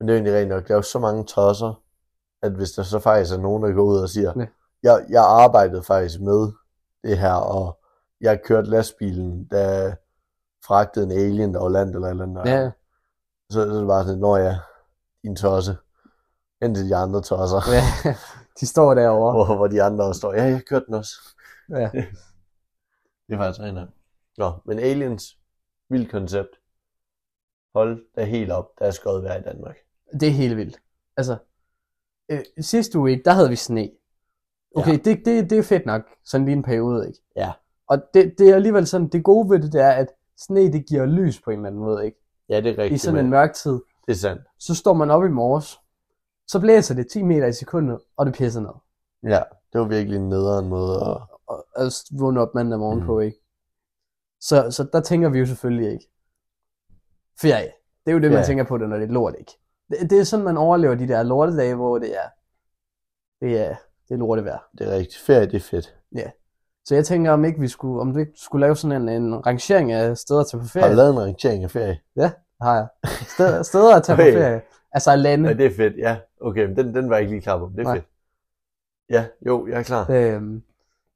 Men det er egentlig rent nok. Der er jo så mange tosser, at hvis der så faktisk er nogen, der går ud og siger,
Ja.
jeg, jeg arbejdede faktisk med det her, og jeg kørte lastbilen, der fragtede en alien, der var land eller et eller andet.
Ja,
Så, så er det bare sådan, når jeg en tosse, hen til de andre tosser,
ja. de står derovre.
hvor, hvor de andre også står, ja, jeg kørte den også.
Ja.
Det er faktisk rent Nå, men aliens, vildt koncept. Hold da helt op, der er skøjet vejr i Danmark.
Det er helt vildt. Altså, øh, sidste uge, ikke, der havde vi sne. Okay,
Ja.
ja. det, det, det er fedt nok, sådan lige en periode, ikke?
Ja.
Og det, det er alligevel sådan, det gode ved det, det er, at sne, det giver lys på en eller anden måde, ikke?
Ja, det er
I
rigtigt.
sådan en
mand.
mørk tid.
Det er sandt.
Så står man op i morges, så blæser det 10 meter i sekundet, og det pisser ned.
Ja, det var virkelig en nederen måde at...
Og, og s- vågner op mandag morgen
Mm.
på, ikke? Så, så der tænker vi jo selvfølgelig ikke. Ferie. Det er jo det, man
Ja.
tænker på, det, når det er lort, ikke? Det, det er sådan, man overlever de der lortedage, hvor det er, det er, det er lortet værd.
Det er rigtigt. Ferie, det er fedt.
Så jeg tænker, om ikke vi skulle, om vi ikke skulle lave sådan en, en rangering af steder at tage på
Har du
ferie.
lavet en rangering af ferie?
Har jeg. Steder, steder at tage på
Okay.
ferie. Altså lande.
Ja, det er fedt, ja. Okay, men den, den var jeg ikke lige klar på. Det er
Nej.
fedt. Ja, jo, jeg er klar.
Øhm,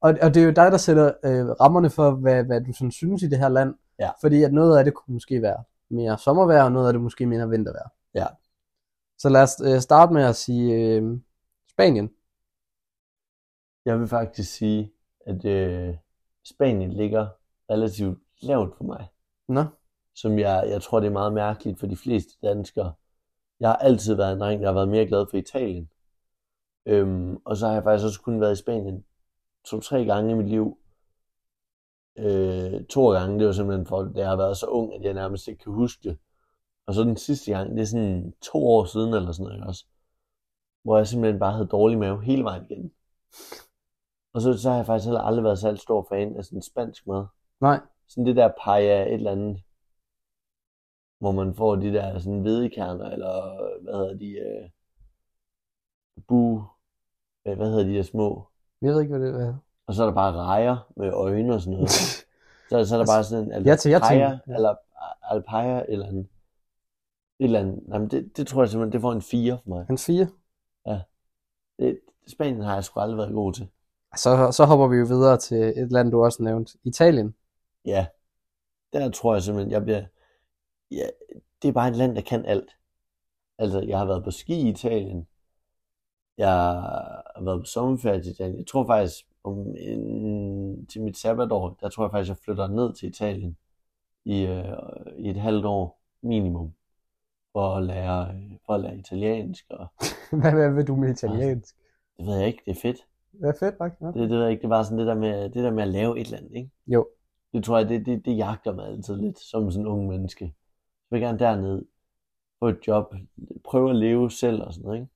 og, og det er jo dig, der sætter øh, rammerne for, hvad, hvad du sådan synes i det her land.
Ja.
Fordi at noget af det kunne måske være mere sommervejr, og noget af det måske mere vintervejr.
Ja.
Så lad os øh, starte med at sige øh, Spanien.
Jeg vil faktisk sige, at øh, Spanien ligger relativt lavt for mig.
Nå?
Som jeg, jeg tror, det er meget mærkeligt for de fleste danskere. Jeg har altid været en dreng, der har været mere glad for Italien. Øhm, og så har jeg faktisk også kun været i Spanien to-tre gange i mit liv. Øh, to gange, det var simpelthen for, da jeg har været så ung, at jeg nærmest ikke kan huske det. Og så den sidste gang, det er sådan to år siden eller sådan noget ikke også, hvor jeg simpelthen bare havde dårlig mave hele vejen igen. Og så, så har jeg faktisk heller aldrig været særlig stor fan af sådan spansk mad.
Nej.
Sådan det der paella et eller andet, hvor man får de der sådan hvedekerner, eller hvad hedder de, øh, bu, hvad, hvad hedder de der små,
Jeg ved ikke, hvad det er.
og så er der bare rejer med øjne og sådan noget. så, så er der bare sådan en
Ja, til Altså, jeg
alpaja,
tænker-
eller alpaja, eller en, et eller andet. Jamen, det, det tror jeg simpelthen, det får en 4 for mig.
Han fire.
Det, Spanien har jeg sgu aldrig været god til.
Så, så hopper vi jo videre til et land, du også nævnte. Italien.
Ja, der tror jeg simpelthen, jeg bliver... Ja, det er bare et land, der kan alt. Altså, jeg har været på ski i Italien. Jeg har været på sommerferie til Italien. Jeg tror faktisk, om en, til mit sabbatår, der tror jeg faktisk, jeg flytter ned til Italien i, øh, i et halvt år minimum. for at lære, øh, for at lære italiensk, og
hvad, hvad vil du med italiensk?
det ved jeg ikke, det er fedt.
Det er fedt faktisk. Ja.
Det, det ved jeg ikke, det var sådan det der med, det der med at lave et eller andet, ikke?
Jo.
Det tror jeg, det, det, det jagter mig altid lidt, som sådan en ung menneske. Jeg vil gerne derned, få et job, prøve at leve selv og sådan noget, ikke?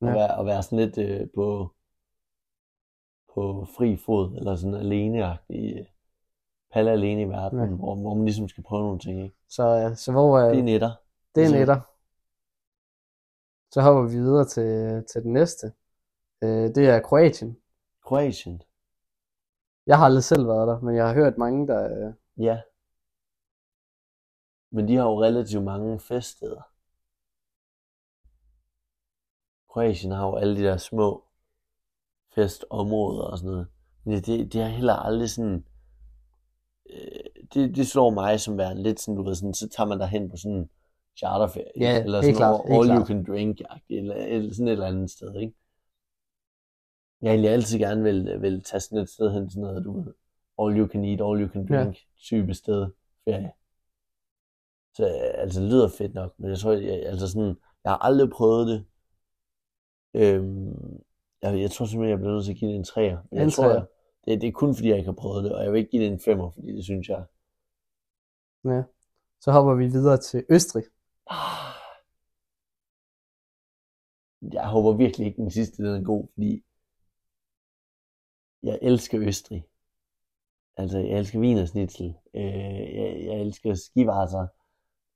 Og,
Ja.
ja. være, og være sådan lidt øh, på, på fri fod, eller sådan alene-agtig, øh, palle alene i verden,
Ja.
ja. hvor, hvor man ligesom skal prøve nogle ting, ikke?
Så, øh, så hvor
Det
øh,
er netter.
det er en
sådan-
etter. Så hopper vi videre til, til den næste. Øh, det er Kroatien.
Kroatien.
Jeg har aldrig selv været der, men jeg har hørt mange, der... Øh,
Ja. Men de har jo relativt mange feststeder. Kroatien har jo alle de der små festområder og sådan noget. Men det, det, det har heller aldrig sådan... Øh, det, det slår mig som værende lidt sådan, du ved, sådan, så tager man derhen på sådan en charterferie.
Ja, helt
eller sådan
klart,
all,
helt
all you
klart.
can drink eller, eller sådan et eller andet sted, ikke? Jeg har egentlig altid gerne vil, vil tage sådan et sted hen, sådan noget, du ved, all you can eat, all you can
Ja.
drink type sted. Ferie. Så altså, det lyder fedt nok, men jeg tror, jeg, altså sådan, jeg har aldrig prøvet det. Øhm, jeg, jeg tror simpelthen, jeg bliver nødt til at give det en 3'er. Men
En
jeg tror,
treer.
jeg, det, det er kun fordi, jeg ikke har prøvet det, og jeg vil ikke give det en 5'er, fordi det synes jeg...
så hopper vi videre til Østrig.
Ah. Jeg håber virkelig ikke, den sidste den er god, fordi jeg elsker Østrig. Altså, jeg elsker vinersnitzel. Øh, jeg, jeg elsker skivarter.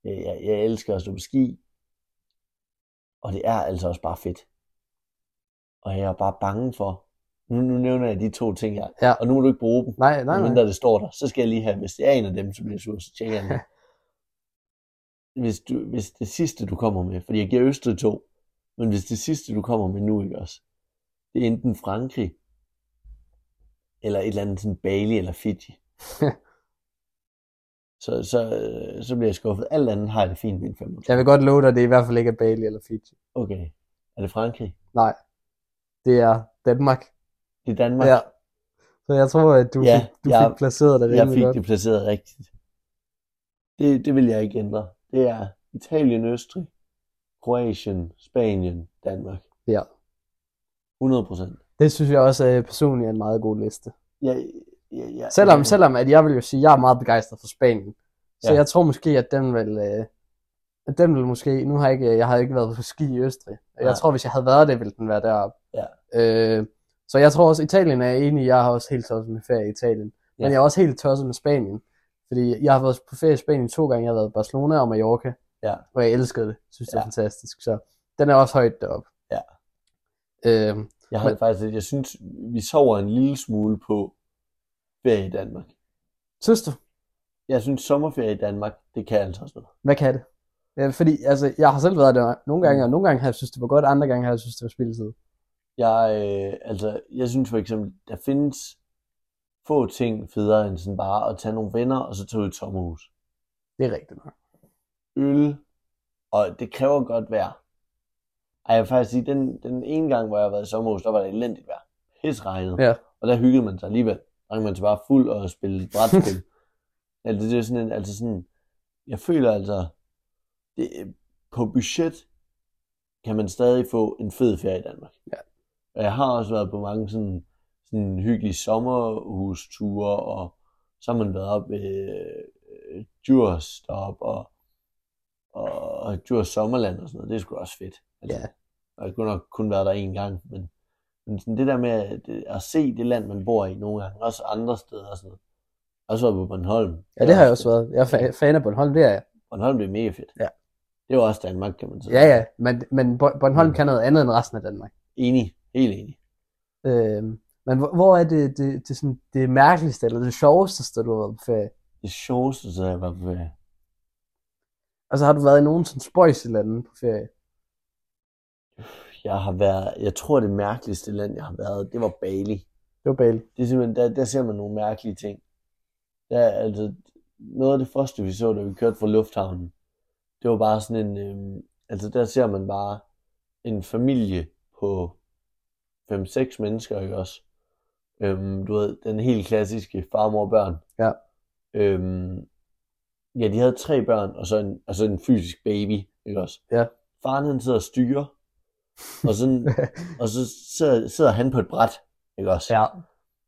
Øh, jeg, jeg elsker at stå på ski. Og det er altså også bare fedt. Og jeg er bare bange for... Nu, nu nævner jeg de to ting her.
Ja.
Og nu må du ikke bruge dem.
Nej, nej,
Nej,
nej.
mindre det står der, så skal jeg lige have, hvis det er en af dem, så bliver jeg sur, så tjekker jeg den. hvis, du, hvis det sidste, du kommer med, fordi jeg giver Østrig to, men hvis det sidste, du kommer med nu, ikke også, det er enten Frankrig, eller et eller andet sådan Bali eller Fiji. så, så, øh, så bliver jeg skuffet. Alt andet har jeg det fint med en 5.
Jeg vil godt love dig, at det i hvert fald ikke er Bali eller Fiji.
Okay. Er det Frankrig?
Det er Danmark.
Det er Danmark?
Ja. Så jeg tror, at du,
Ja,
fik, du
jeg-
fik placeret dig
Jeg
rimelig
fik
godt.
det placeret rigtigt. Det, det vil jeg ikke ændre. Det er Italien, Østrig, Kroatien, Spanien, Danmark.
Ja.
100 procent.
Det synes jeg også øh, personligt er en meget god liste.
Jeg, jeg, jeg,
Selvom,
jeg,
selvom at jeg vil jo sige, at jeg er meget begejstret for Spanien. Så
Ja.
jeg tror måske, at den vil... Øh, at den vil måske... Nu har jeg ikke, jeg har ikke været på ski i Østrig. Jeg
Nej.
tror, hvis jeg havde været det, ville den være deroppe.
Ja.
Øh, så jeg tror også, Italien er jeg enig. i. Jeg har også helt tosset med ferie i Italien. Men
Ja.
jeg er også helt tosset med Spanien. Fordi jeg har været på ferie i Spanien to gange. Jeg har været i Barcelona og Mallorca.
Ja.
Og jeg elskede det. synes, det er
Ja.
fantastisk. Så den er også højt deroppe.
Ja.
Øh,
jeg har det faktisk, lidt- jeg synes, vi sover en lille smule på ferie i Danmark.
synes du?
Jeg synes, sommerferie i Danmark, det kan altså også noget.
Hvad kan det? Ja, fordi altså, jeg har selv været der nogle gange, og nogle gange har jeg synes, det var godt, andre gange har jeg synes, det var spildtid.
Jeg, øh, altså, jeg synes for eksempel, der findes få ting federe end sådan bare at tage nogle venner, og så tage ud i et sommerhus.
Det er rigtigt nok.
øl, og det kræver godt vejr. Ej, jeg vil faktisk sige, den, den ene gang, hvor jeg har været i sommerhus, der var det elendigt vejr. Pis regnet.
Ja.
Og der hyggede man sig alligevel. Der kan man så bare fuld og spille brætspil. altså, det er sådan en, altså sådan, jeg føler altså, det, på budget kan man stadig få en fed ferie i Danmark.
Ja.
Og jeg har også været på mange sådan, sådan hyggelige sommerhusture, og så har man været op ved øh, Djurs deroppe, og og, og Djurs Sommerland og sådan noget, det er sgu også fedt. Altså,
Ja.
Og jeg kunne nok kun være der en gang, men, men sådan det der med at, øh, at se det land, man bor i nogle gange, også andre steder og sådan noget. Også oppe på Bornholm.
Ja, det har jeg også været. Jeg er fa- fan af Bornholm, det er jeg.
været. Bornholm det er mega fedt.
Ja.
Det er jo også Danmark, kan man sige.
Ja, Mm. ja, men, men Bo- Bornholm kan noget andet end resten af Danmark.
Enig. Helt enig.
Øh, men hvor, hvor er det det, det, sådan, det mærkeligste, eller det sjoveste sted, du har været på ferie?
Det sjoveste, så jeg var på ferie.
Altså har du været i nogen sådan spøjs lande på ferie?
Jeg har været, jeg tror det mærkeligste land, jeg har været, det var Bali.
Det var Bali.
Det er simpelthen, der, der ser man nogle mærkelige ting. Der, er altså, noget af det første, vi så, da vi kørte fra lufthavnen, det var bare sådan en, øhm, altså der ser man bare en familie på 5-6 mennesker, ikke også? Øhm, du ved, den helt klassiske far, mor, børn.
Ja.
Øhm, ja, de havde tre børn, og så en, og så en fysisk baby, ikke også?
Ja.
Faren han sidder og styrer, og, sådan, og så sidder, sidder han på et bræt, ikke også?
Ja.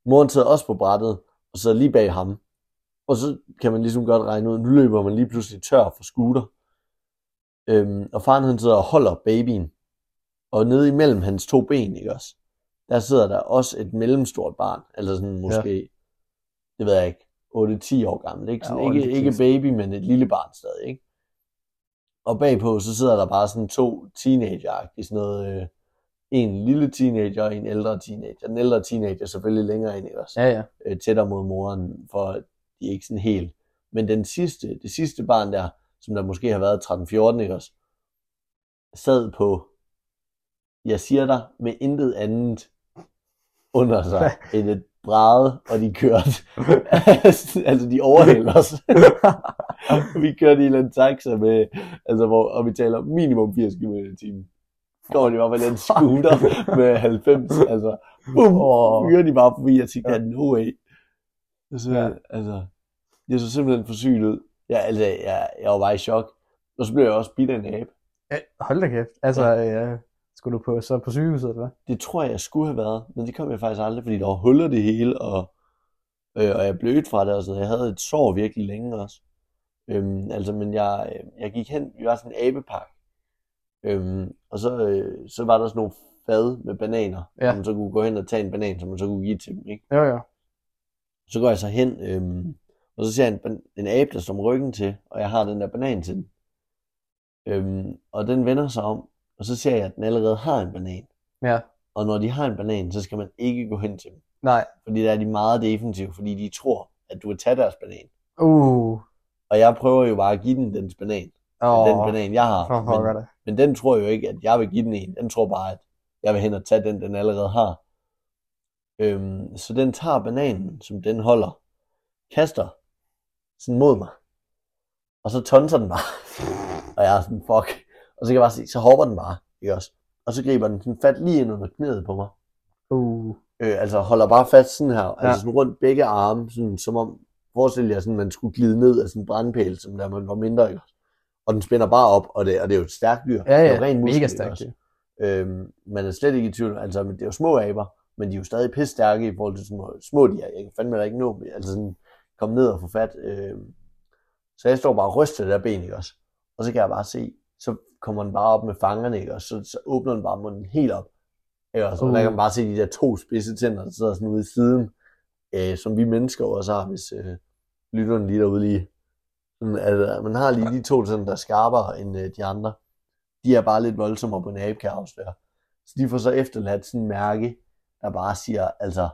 Moren sidder også på brættet, og sidder lige bag ham. Og så kan man ligesom godt regne ud, nu løber man lige pludselig tør for scooter. Øhm, og faren han sidder og holder babyen. Og nede imellem hans to ben, ikke også? Der sidder der også et mellemstort barn, eller sådan måske, ja. det ved jeg ikke, 8-10 år gammel. Ikke,
Ja,
sådan,
ordentlig
ikke, ikke
kiste.
baby, men et lille barn stadig, ikke? Og bagpå, så sidder der bare sådan to teenager i sådan noget, øh, en lille teenager og en ældre teenager. Den ældre teenager selvfølgelig længere ind, ikke også?
Ja, ja.
øh, tættere mod moren, for at de ikke sådan helt. Men den sidste, det sidste barn der, som der måske har været 13-14, ikke også, sad på, jeg siger dig, med intet andet under sig, end et bræde, og de kørte. altså, de overhældte os. vi kørte i en eller anden taxa med, altså, hvor, og vi taler om minimum 80 km i timen. Går de bare med den scooter med 90, altså, bum,
Åh.
fyrer de bare forbi, og tænker, ja. no way. Så,
Ja.
ja. altså, jeg så simpelthen for sygt ud. Jeg, altså, jeg, jeg var bare i chok. Og så blev jeg også bidt af en abe.
Ja, Øh, Hold da kæft. Altså, ja. skulle du på, så på sygehuset, eller hvad?
Det tror jeg, jeg skulle have været, men det kom jeg faktisk aldrig, fordi der var huller det hele, og, øh, og jeg blødte fra det og sådan noget. Jeg havde et sår virkelig længe også. Øhm, altså, men jeg, øh, jeg gik hen, vi var sådan en abepark, øhm, og så, øh, så var der sådan nogle fad med bananer,
Ja.
som man så kunne gå hen og tage en banan, som man så kunne give til dem, ikke?
Jo, jo.
Så går jeg så hen, øhm, og så ser jeg en, ban- en abe, der står med ryggen til, og jeg har den der banan til den. Øhm, og den vender sig om, og så ser jeg, at den allerede har en banan.
Ja.
Og når de har en banan, så skal man ikke gå hen til dem.
Nej.
Fordi der er de meget defensive, fordi de tror, at du vil tage deres banan.
Uh.
Og jeg prøver jo bare at give den dens banan.
Åh,
Oh, den banan, jeg har.
for pokker
men,
da.
men den tror jo ikke, at jeg vil give den en. Den tror bare, at jeg vil hen og tage den, den allerede har. Øhm, så den tager bananen, som den holder, kaster sådan mod mig. Og så tonser den bare. og jeg er sådan, fuck. Og så kan jeg bare se, så hopper den bare, ikke også? Og så griber den sådan fat lige ind under knæet på mig.
Uh.
øh, altså holder bare fat sådan her, ja.
Ja.
altså sådan rundt begge arme, sådan, som om, forestil jer sådan, man skulle glide ned af sådan en brandpæl, som der man var mindre, ikke? også? Og den spænder bare op, og det, og det er jo et stærkt dyr.
Ja,
det
ja.
er jo ren muskel,
Mega
ikke
stærkt.
også?
jo.
Øhm, man er slet ikke i tvivl, altså men det er jo små aber, men de er jo stadig pisse stærke i forhold til små, små de er. Jeg kan fandme da ikke nå, dem. altså sådan, komme ned og få fat. Øhm, så jeg står bare og ryster det der ben, ikke også? Og så kan jeg bare se, så kommer den bare op med fangerne, ikke også? Så, så åbner den bare munden helt op. Ikke også? Og
Uh.
der kan man bare se de der to spidse tænder, der sidder sådan ude i siden, øh, som vi mennesker også har, hvis øh, lytteren lige derude lige. Sådan, altså, man har lige de to tænder, der er skarpere end øh, de andre de er bare lidt voldsommere på en abe, kan jeg afsløre. Så de får så efterladt sådan en mærke, der bare siger, altså,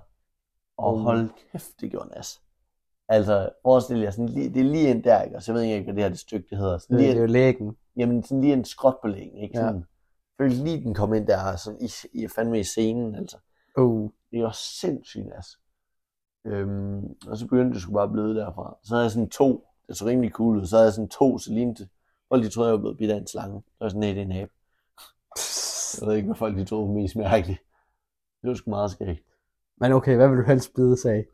åh
Mm.
hold kæft, det gjorde nas. Altså, forestil jer, sådan, lige, det er lige ind der, ikke? Og så ved jeg ikke, hvad det her det stykke, Øh, det hedder. Sådan,
Det,
lige
det er
en,
jo lægen.
jamen, sådan lige en skråt på længen, ikke?
Ja.
Sådan, ja. Følte lige, den kom ind der, sådan, I, I er fandme i scenen, altså.
Uh.
Det var sindssygt, altså. Øhm, og så begyndte det sgu bare at bløde derfra. Så havde jeg sådan to, det så rimelig cool ud, så havde jeg sådan to, så lignede det. Folk de troede, jeg var blevet bidt af en slange. Så var jeg sådan, nej, det er en abe. Jeg ved ikke, hvad folk de troede var mest mærkeligt. Det var sgu meget skægt.
Men okay, hvad vil du helst bide sig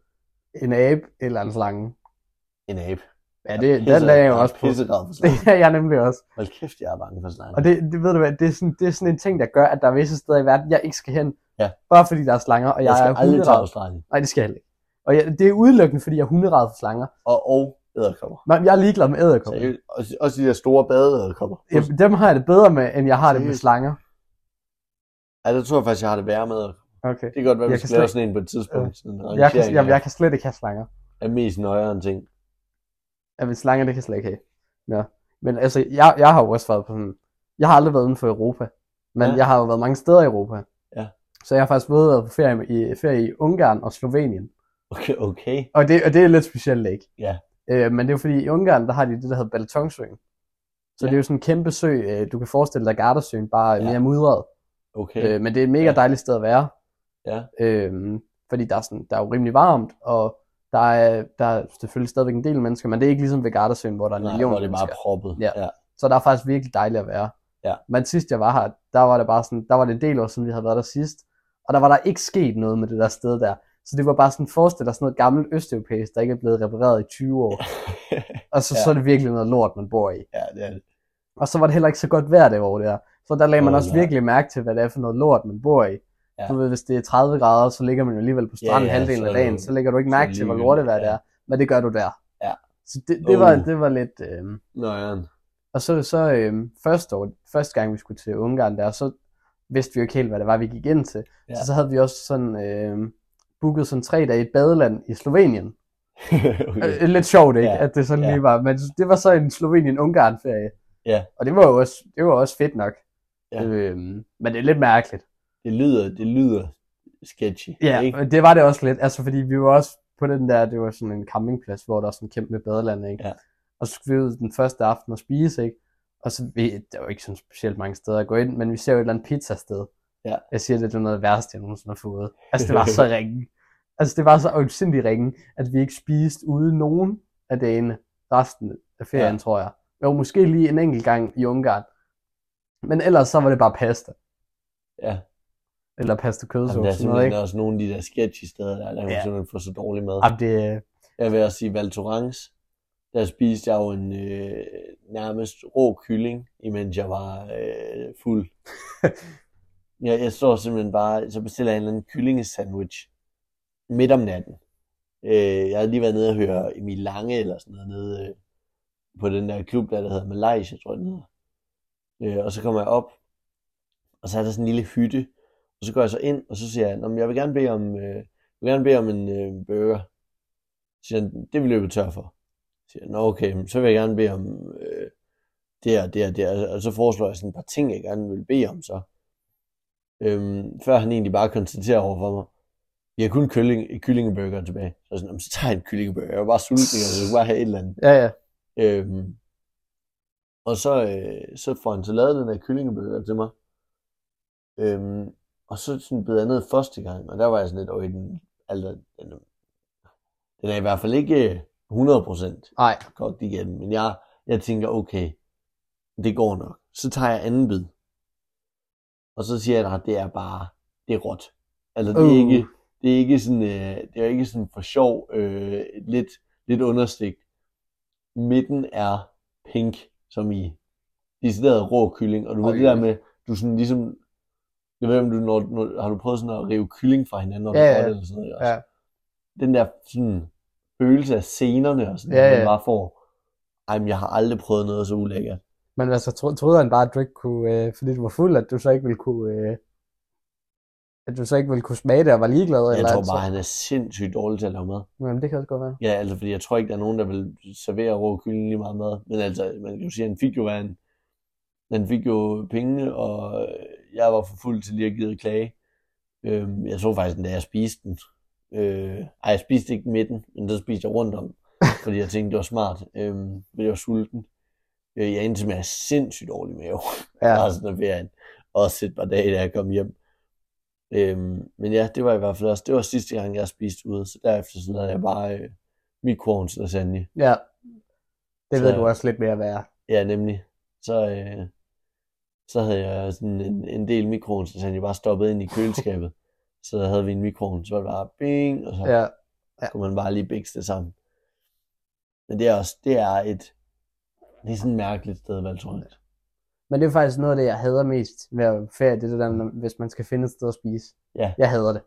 En abe eller en slange?
En abe.
Ja, det, den lagde jeg jo også på.
Pissegrad for
Det
slange.
er jeg nemlig også.
Hold kæft, jeg er bange for slange.
Og det, det ved du hvad, det er, sådan, det er sådan en ting, der gør, at der er visse steder i verden, jeg ikke skal hen.
Ja.
Bare fordi der er slanger, og jeg,
jeg skal
er
aldrig tage
hunderet.
Australien.
Nej, det skal jeg heller ikke. Og jeg, det er udelukkende, fordi jeg er hunderet for slanger.
Og, og æderkopper.
Men jeg er ligeglad med æderkopper.
Seriøst. Også, også de der store badeæderkopper.
Jamen, Dem har jeg det bedre med, end jeg har det med
Seriøst?
slanger.
Ja, det tror jeg faktisk, jeg har det værre med. æderkopper.
Okay.
Det kan godt være,
Jeg
vi
kan
skal lave
slet-
sådan en på et tidspunkt. Sådan en
Jeg kan,
rangering
jeg, jeg
af-
kan slet ikke have slanger.
af mest nøjere ting.
Jamen, slanger, det kan jeg slet ikke have. Ja. Men altså, jeg, jeg har jo også været på sådan... Jeg har aldrig været uden for Europa. Men
Ja.
ja. jeg har jo været mange steder i Europa.
Ja.
Så jeg har faktisk både været på ferie i, ferie i Ungarn og Slovenien.
Okay, okay.
Og det, og det er lidt specielt, ikke?
Ja.
Øh, men det er jo fordi, i Ungarn, der har de det, der hedder Balatonsøen. Så
Ja.
det er jo sådan en kæmpe sø. øh, Du kan forestille dig Gardasøen, bare
Ja.
mere mudret.
Okay.
Øh, men det er et mega
Ja.
dejligt sted at være.
Ja.
Øhm, fordi der er, sådan, der er jo rimelig varmt, og der er, der er selvfølgelig stadigvæk en del mennesker, men det er ikke ligesom ved Gardasøen, hvor der er en
Nej,
million
hvor det er bare
mennesker.
proppet.
Ja. Så der er faktisk virkelig dejligt at være.
Ja.
Men sidst jeg var her, der var det bare sådan, der var det en del år siden, vi havde været der sidst, og der var der ikke sket noget med det der sted der. Så det var bare sådan, forestil dig sådan noget gammelt østeuropæisk, der ikke er blevet repareret i 20 år. Og så,
Ja.
så er det virkelig noget lort, man bor i.
ja, det er det.
Og så var det heller ikke så godt vejr det år der. Så der lagde man
Åh,
også
nej.
virkelig mærke til, hvad det er for noget lort, man bor i.
Ja.
Ja. Du ved, hvis det er 30 grader, så ligger man jo alligevel på
Ja,
stranden
ja,
ja, halvdelen
så
af
er det
dagen.
jo-
Så lægger du ikke
så er
mærke
det
til, hvor
ligegyldigt,
lortet vejr det
ja.
er. Men det gør du der.
Ja.
Så det, det, var,
Uh.
det var lidt... Øh...
Nå, ja.
Og så, så øh, første, år, første gang, vi skulle til Ungarn der, så vidste vi jo ikke helt, hvad det var, vi gik ind til.
Ja.
Ja. Så, så havde vi også sådan øh, booket sådan tre dage i et badeland i Slovenien.
okay.
Okay. Lidt sjovt, ikke?
Øh, Ja,
Ja. At det sådan
ja.
ja. lige var. Men det var så en Slovenien-Ungarn-ferie.
Ja.
Og det var jo også, det var også fedt nok.
Ja.
Ja. Øhm, men det er lidt mærkeligt.
Det lyder, det lyder sketchy.
Ja,
Ikke?
men det var det også lidt. Altså, fordi vi var også på den der, det var sådan en campingplads, hvor der var sådan en kæmpe badeland, ikke?
Ja.
Og så skulle vi ud den første aften og spise, ikke? Og så, vi, der var ikke sådan specielt mange steder at gå ind, men vi ser jo et eller andet pizzasted.
Ja.
Jeg siger, det er noget af det værste, jeg nogensinde har fået. Altså, det var så ringe. Altså, det var så afsindig ringe, at vi ikke spiste ude nogen af dagene, resten af ferien,
Ja.
ja. tror jeg. Jo, måske lige en enkelt gang i Ungarn. Men ellers så var det bare pasta.
Ja.
Eller pasta kødsovs.
Jamen, der er
sådan noget,
simpelthen
ikke?
også nogle af de der sketchy steder, der, der kan man
Ja.
simpelthen få så dårlig mad.
Jamen, det,
Jeg vil også sige Valtorans. Der spiste jeg jo en øh, nærmest rå kylling, imens jeg var øh, fuld. jeg, jeg står simpelthen bare, så bestiller jeg en eller anden kyllingesandwich midt om natten. Øh, jeg havde lige været nede og høre Emil Lange eller sådan noget nede øh, på den der klub, der, der hedder Malaysia, tror jeg den hedder. Øh, og så kommer jeg op, og så er der sådan en lille hytte. Og så går jeg så ind, og så siger jeg, "Nå, men jeg vil gerne bede om, øh, jeg vil gerne bede om en øh, burger. Så siger han, det er vi løbet tør for. Så siger jeg, nå okay, men så vil jeg gerne bede om øh, det her, det her, det her. Og så foreslår jeg sådan et par ting, jeg gerne vil bede om så. Øhm, før han egentlig bare konstaterer over for mig, vi har kun kylling, kyllingeburger tilbage. Så er jeg sådan, "Jamen, så tager jeg en kyllingeburger, jeg var bare sulten, altså, jeg skulle bare have et eller andet.
ja, ja.
Øhm, og så, øh, så får han så lavet den der kyllingebøger til mig. Øhm, og så sådan bed jeg ned første gang, og der var jeg sådan lidt, øj, den, altså, den, den er i hvert fald ikke øh, 100%
Nej.
kogt igennem, men jeg, jeg tænker, okay, det går nok. Så tager jeg anden bid. Og så siger jeg, at det er bare, det er råt. Altså, det er
Uh.
ikke, det er ikke sådan, øh, det er ikke sådan for sjov, øh, lidt, lidt understegt. Midten er pink, som i decideret rå kylling, og du ved
Oj.
det der med, du sådan ligesom, jeg ved ikke, om du, når, når, har du prøvet sådan at rive kylling fra hinanden, når du
Ja,
får
ja.
det eller sådan noget, ikke også?
Ja.
Den der sådan, følelse af scenerne og sådan
Ja,
noget, man
ja.
bare får, ej, men jeg har aldrig prøvet noget så ulækkert.
Men altså, tro, troede han bare, at du ikke kunne, øh, fordi du var fuld, at du så ikke ville kunne, øh, at du så ikke ville kunne smage det og var ligeglad?
Jeg
eller
tror
altså,
bare, han er sindssygt dårlig til at lave mad.
Jamen, det kan også godt være.
Ja, altså, fordi jeg tror ikke, der er nogen, der vil servere rå kylling lige meget mad. Men altså, man kan jo sige, at han fik jo, hvad han, han fik jo pengene, og øh, jeg var for fuld til lige at give at klage. Øhm, jeg så faktisk, da jeg spiste den. Øh, ej, jeg spiste ikke midten, men så spiste jeg rundt om, fordi jeg tænkte, det var smart, øhm, fordi jeg var sulten. Øh, jeg endte med at have sindssygt dårlig mave
Ja.
ja. resten af ferien. Også et par dage, da jeg kom hjem. Øhm, men ja, det var i hvert fald også, det var sidste gang, jeg spiste ude, så derefter så lavede jeg bare øh, mikroovns lasagne.
ja. Det ved
Så-
du også lidt mere, hvad er.
Ja, nemlig. Så, øh, så havde jeg sådan en, en del mikroovns lasagne bare stoppet ind i køleskabet. så havde vi en mikroovn, så var det bare bing, og så ja.
Ja.
kunne man bare lige bikse det sammen. Men det er også, det er et, det er sådan et mærkeligt sted, Valtorant.
Men det er faktisk noget af det, jeg hader mest ved at være på ferie, det er det der, når- hvis man skal finde et sted at spise.
Mm. Ja.
Jeg hader det.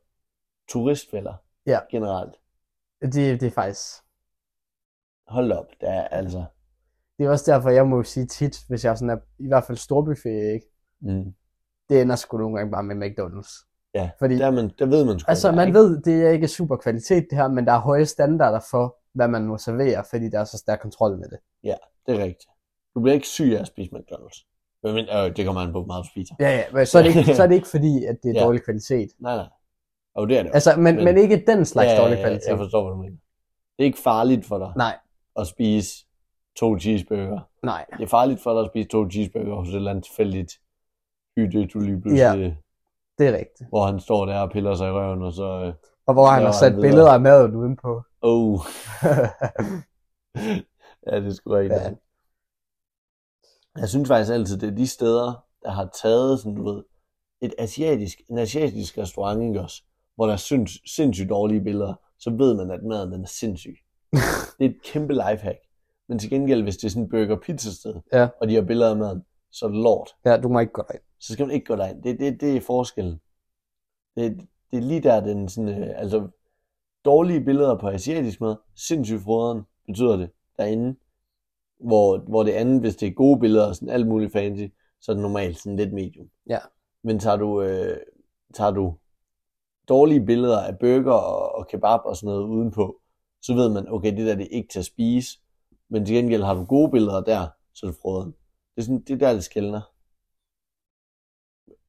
Turistfælder,
Ja.
generelt.
Det, det er faktisk,
Hold op, der er altså...
det er også derfor, jeg må jo sige tit, hvis jeg sådan er, i hvert fald storbyferie, ikke?
Mm.
Det ender sgu nogle gange bare med McDonald's.
Ja,
Fordi-
der, er man, der ved man sgu
Altså,
ikke,
man
ikke?
ved, det er ikke super kvalitet det her, men der er høje standarder for, hvad man må servere, fordi der er så stærk kontrol med det.
Det er rigtigt. Du bliver ikke syg af at spise McDonald's. Men, men øh, det kommer an på, hvor meget du spiser.
Ja, ja, men så er det ikke, så er det ikke fordi, at det er
Ja.
ja. dårlig kvalitet.
Nej, nej. Og det er det jo.
Altså, men,
Men-
men, men ikke den slags
Ja,
dårlig
ja,
kvalitet.
Jeg forstår, hvad du mener. Det er ikke farligt for dig
Nej,
at spise to cheeseburger.
nej.
Det er farligt for dig at spise to cheeseburger hos et eller andet tilfældigt hytte, du lige pludselig, ja.
Det er rigtigt.
hvor han står der og piller sig i røven, og så... Øh,
Og hvor han
Laver han
har sat
videre.
billeder af maden udenpå.
oh. ja, det er sgu rigtigt.
Ja.
Ja. Jeg synes faktisk altid, det er de steder, der har taget sådan, du ved, et asiatisk, en asiatisk restaurant, ikke også? Hvor der er sinds, sindssygt dårlige billeder, så ved man, at maden den er sindssyg. det er et kæmpe lifehack. Men til gengæld, hvis det er sådan en burger pizza sted,
Ja.
og de har billeder af maden, så er det lort.
Ja, du må ikke gå derind.
Så skal man ikke gå derind. Det, det, det er forskellen. Det, det er lige der, den sådan, øh, altså, dårlige billeder på asiatisk mad, sindssygt froderen, betyder det, derinde. Hvor, hvor det andet, hvis det er gode billeder og sådan alt muligt fancy, så er det normalt sådan lidt medium.
Ja.
Men tager du, øh, tager du dårlige billeder af burger og, og kebab og sådan noget udenpå, så ved man, okay, det der det er ikke til at spise, men til gengæld har du gode billeder der, så er det froderen. Det er sådan, det er der, det skældner.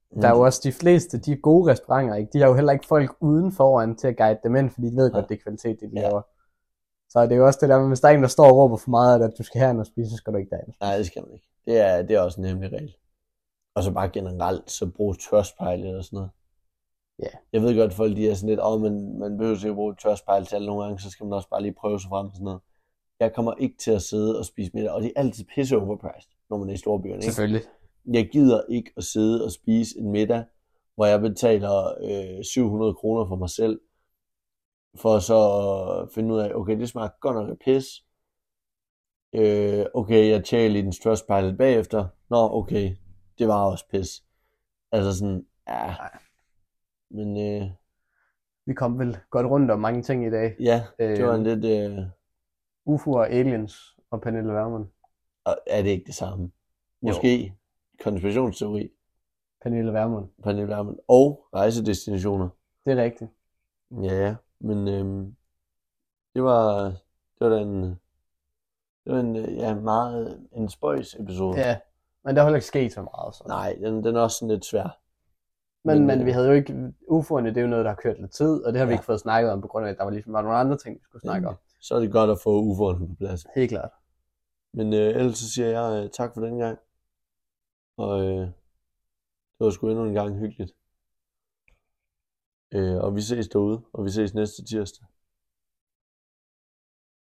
Der
Mm.
er jo også de fleste, de er gode restauranter, ikke? de har jo heller ikke folk uden foran til at guide dem ind, fordi de ved
Ja.
godt, det er kvalitet, det de
Ja.
laver. Så det er jo også det der med, hvis der er en, der står og råber for meget, at du skal herind og spise, så skal du ikke derind.
Nej, det skal man ikke. Det er, det er også en hemmelig regel. Og så bare generelt, så brug tørspejle og sådan noget.
Ja.
Jeg ved godt, at folk de er sådan lidt, åh, men man behøver ikke at bruge tørspejle til alt nogle gange, så skal man også bare lige prøve sig frem og sådan noget. Jeg kommer ikke til at sidde og spise middag, og det er altid pisse overpriced, når man er i storbyerne. Ikke?
Selvfølgelig.
Jeg gider ikke at sidde og spise en middag, hvor jeg betaler øh, 700 kroner for mig selv, for så at finde ud af, okay, det smager godt nok af pis. Øh, okay, jeg tjekker lige den Trustpilot bagefter. Nå, okay, det var også pis. Altså sådan, ja. Men øh,
Vi kom vel godt rundt om mange ting i dag.
ja, det var en
Øh.
lidt... Øh,
UFO og aliens og Pernille Vermund.
og er det ikke det samme? Måske jo. konspirationsteori,
Pernille Vermund.
Pernille Vermund, og rejsedestinationer.
Det er rigtigt.
Ja, ja. Men øhm, det var, det var da en, det var en øh, ja, meget en spøjs episode.
Ja. Men der er heller ikke sket så meget. Så.
Nej, den, den er også sådan lidt svær.
Men,
Men,
men,
øh,
vi havde jo ikke, UFO'erne, det er jo noget, der har kørt lidt tid, og det har vi
Ja.
ikke fået snakket om, på grund af, at der var ligesom var nogle andre ting, vi skulle snakke om.
Så er det godt at få UFO'erne på plads.
Helt klart.
Men øh, ellers så siger jeg øh, tak for den gang. Og øh, det var sgu endnu en gang hyggeligt. Øh, og vi ses derude, og vi ses næste tirsdag.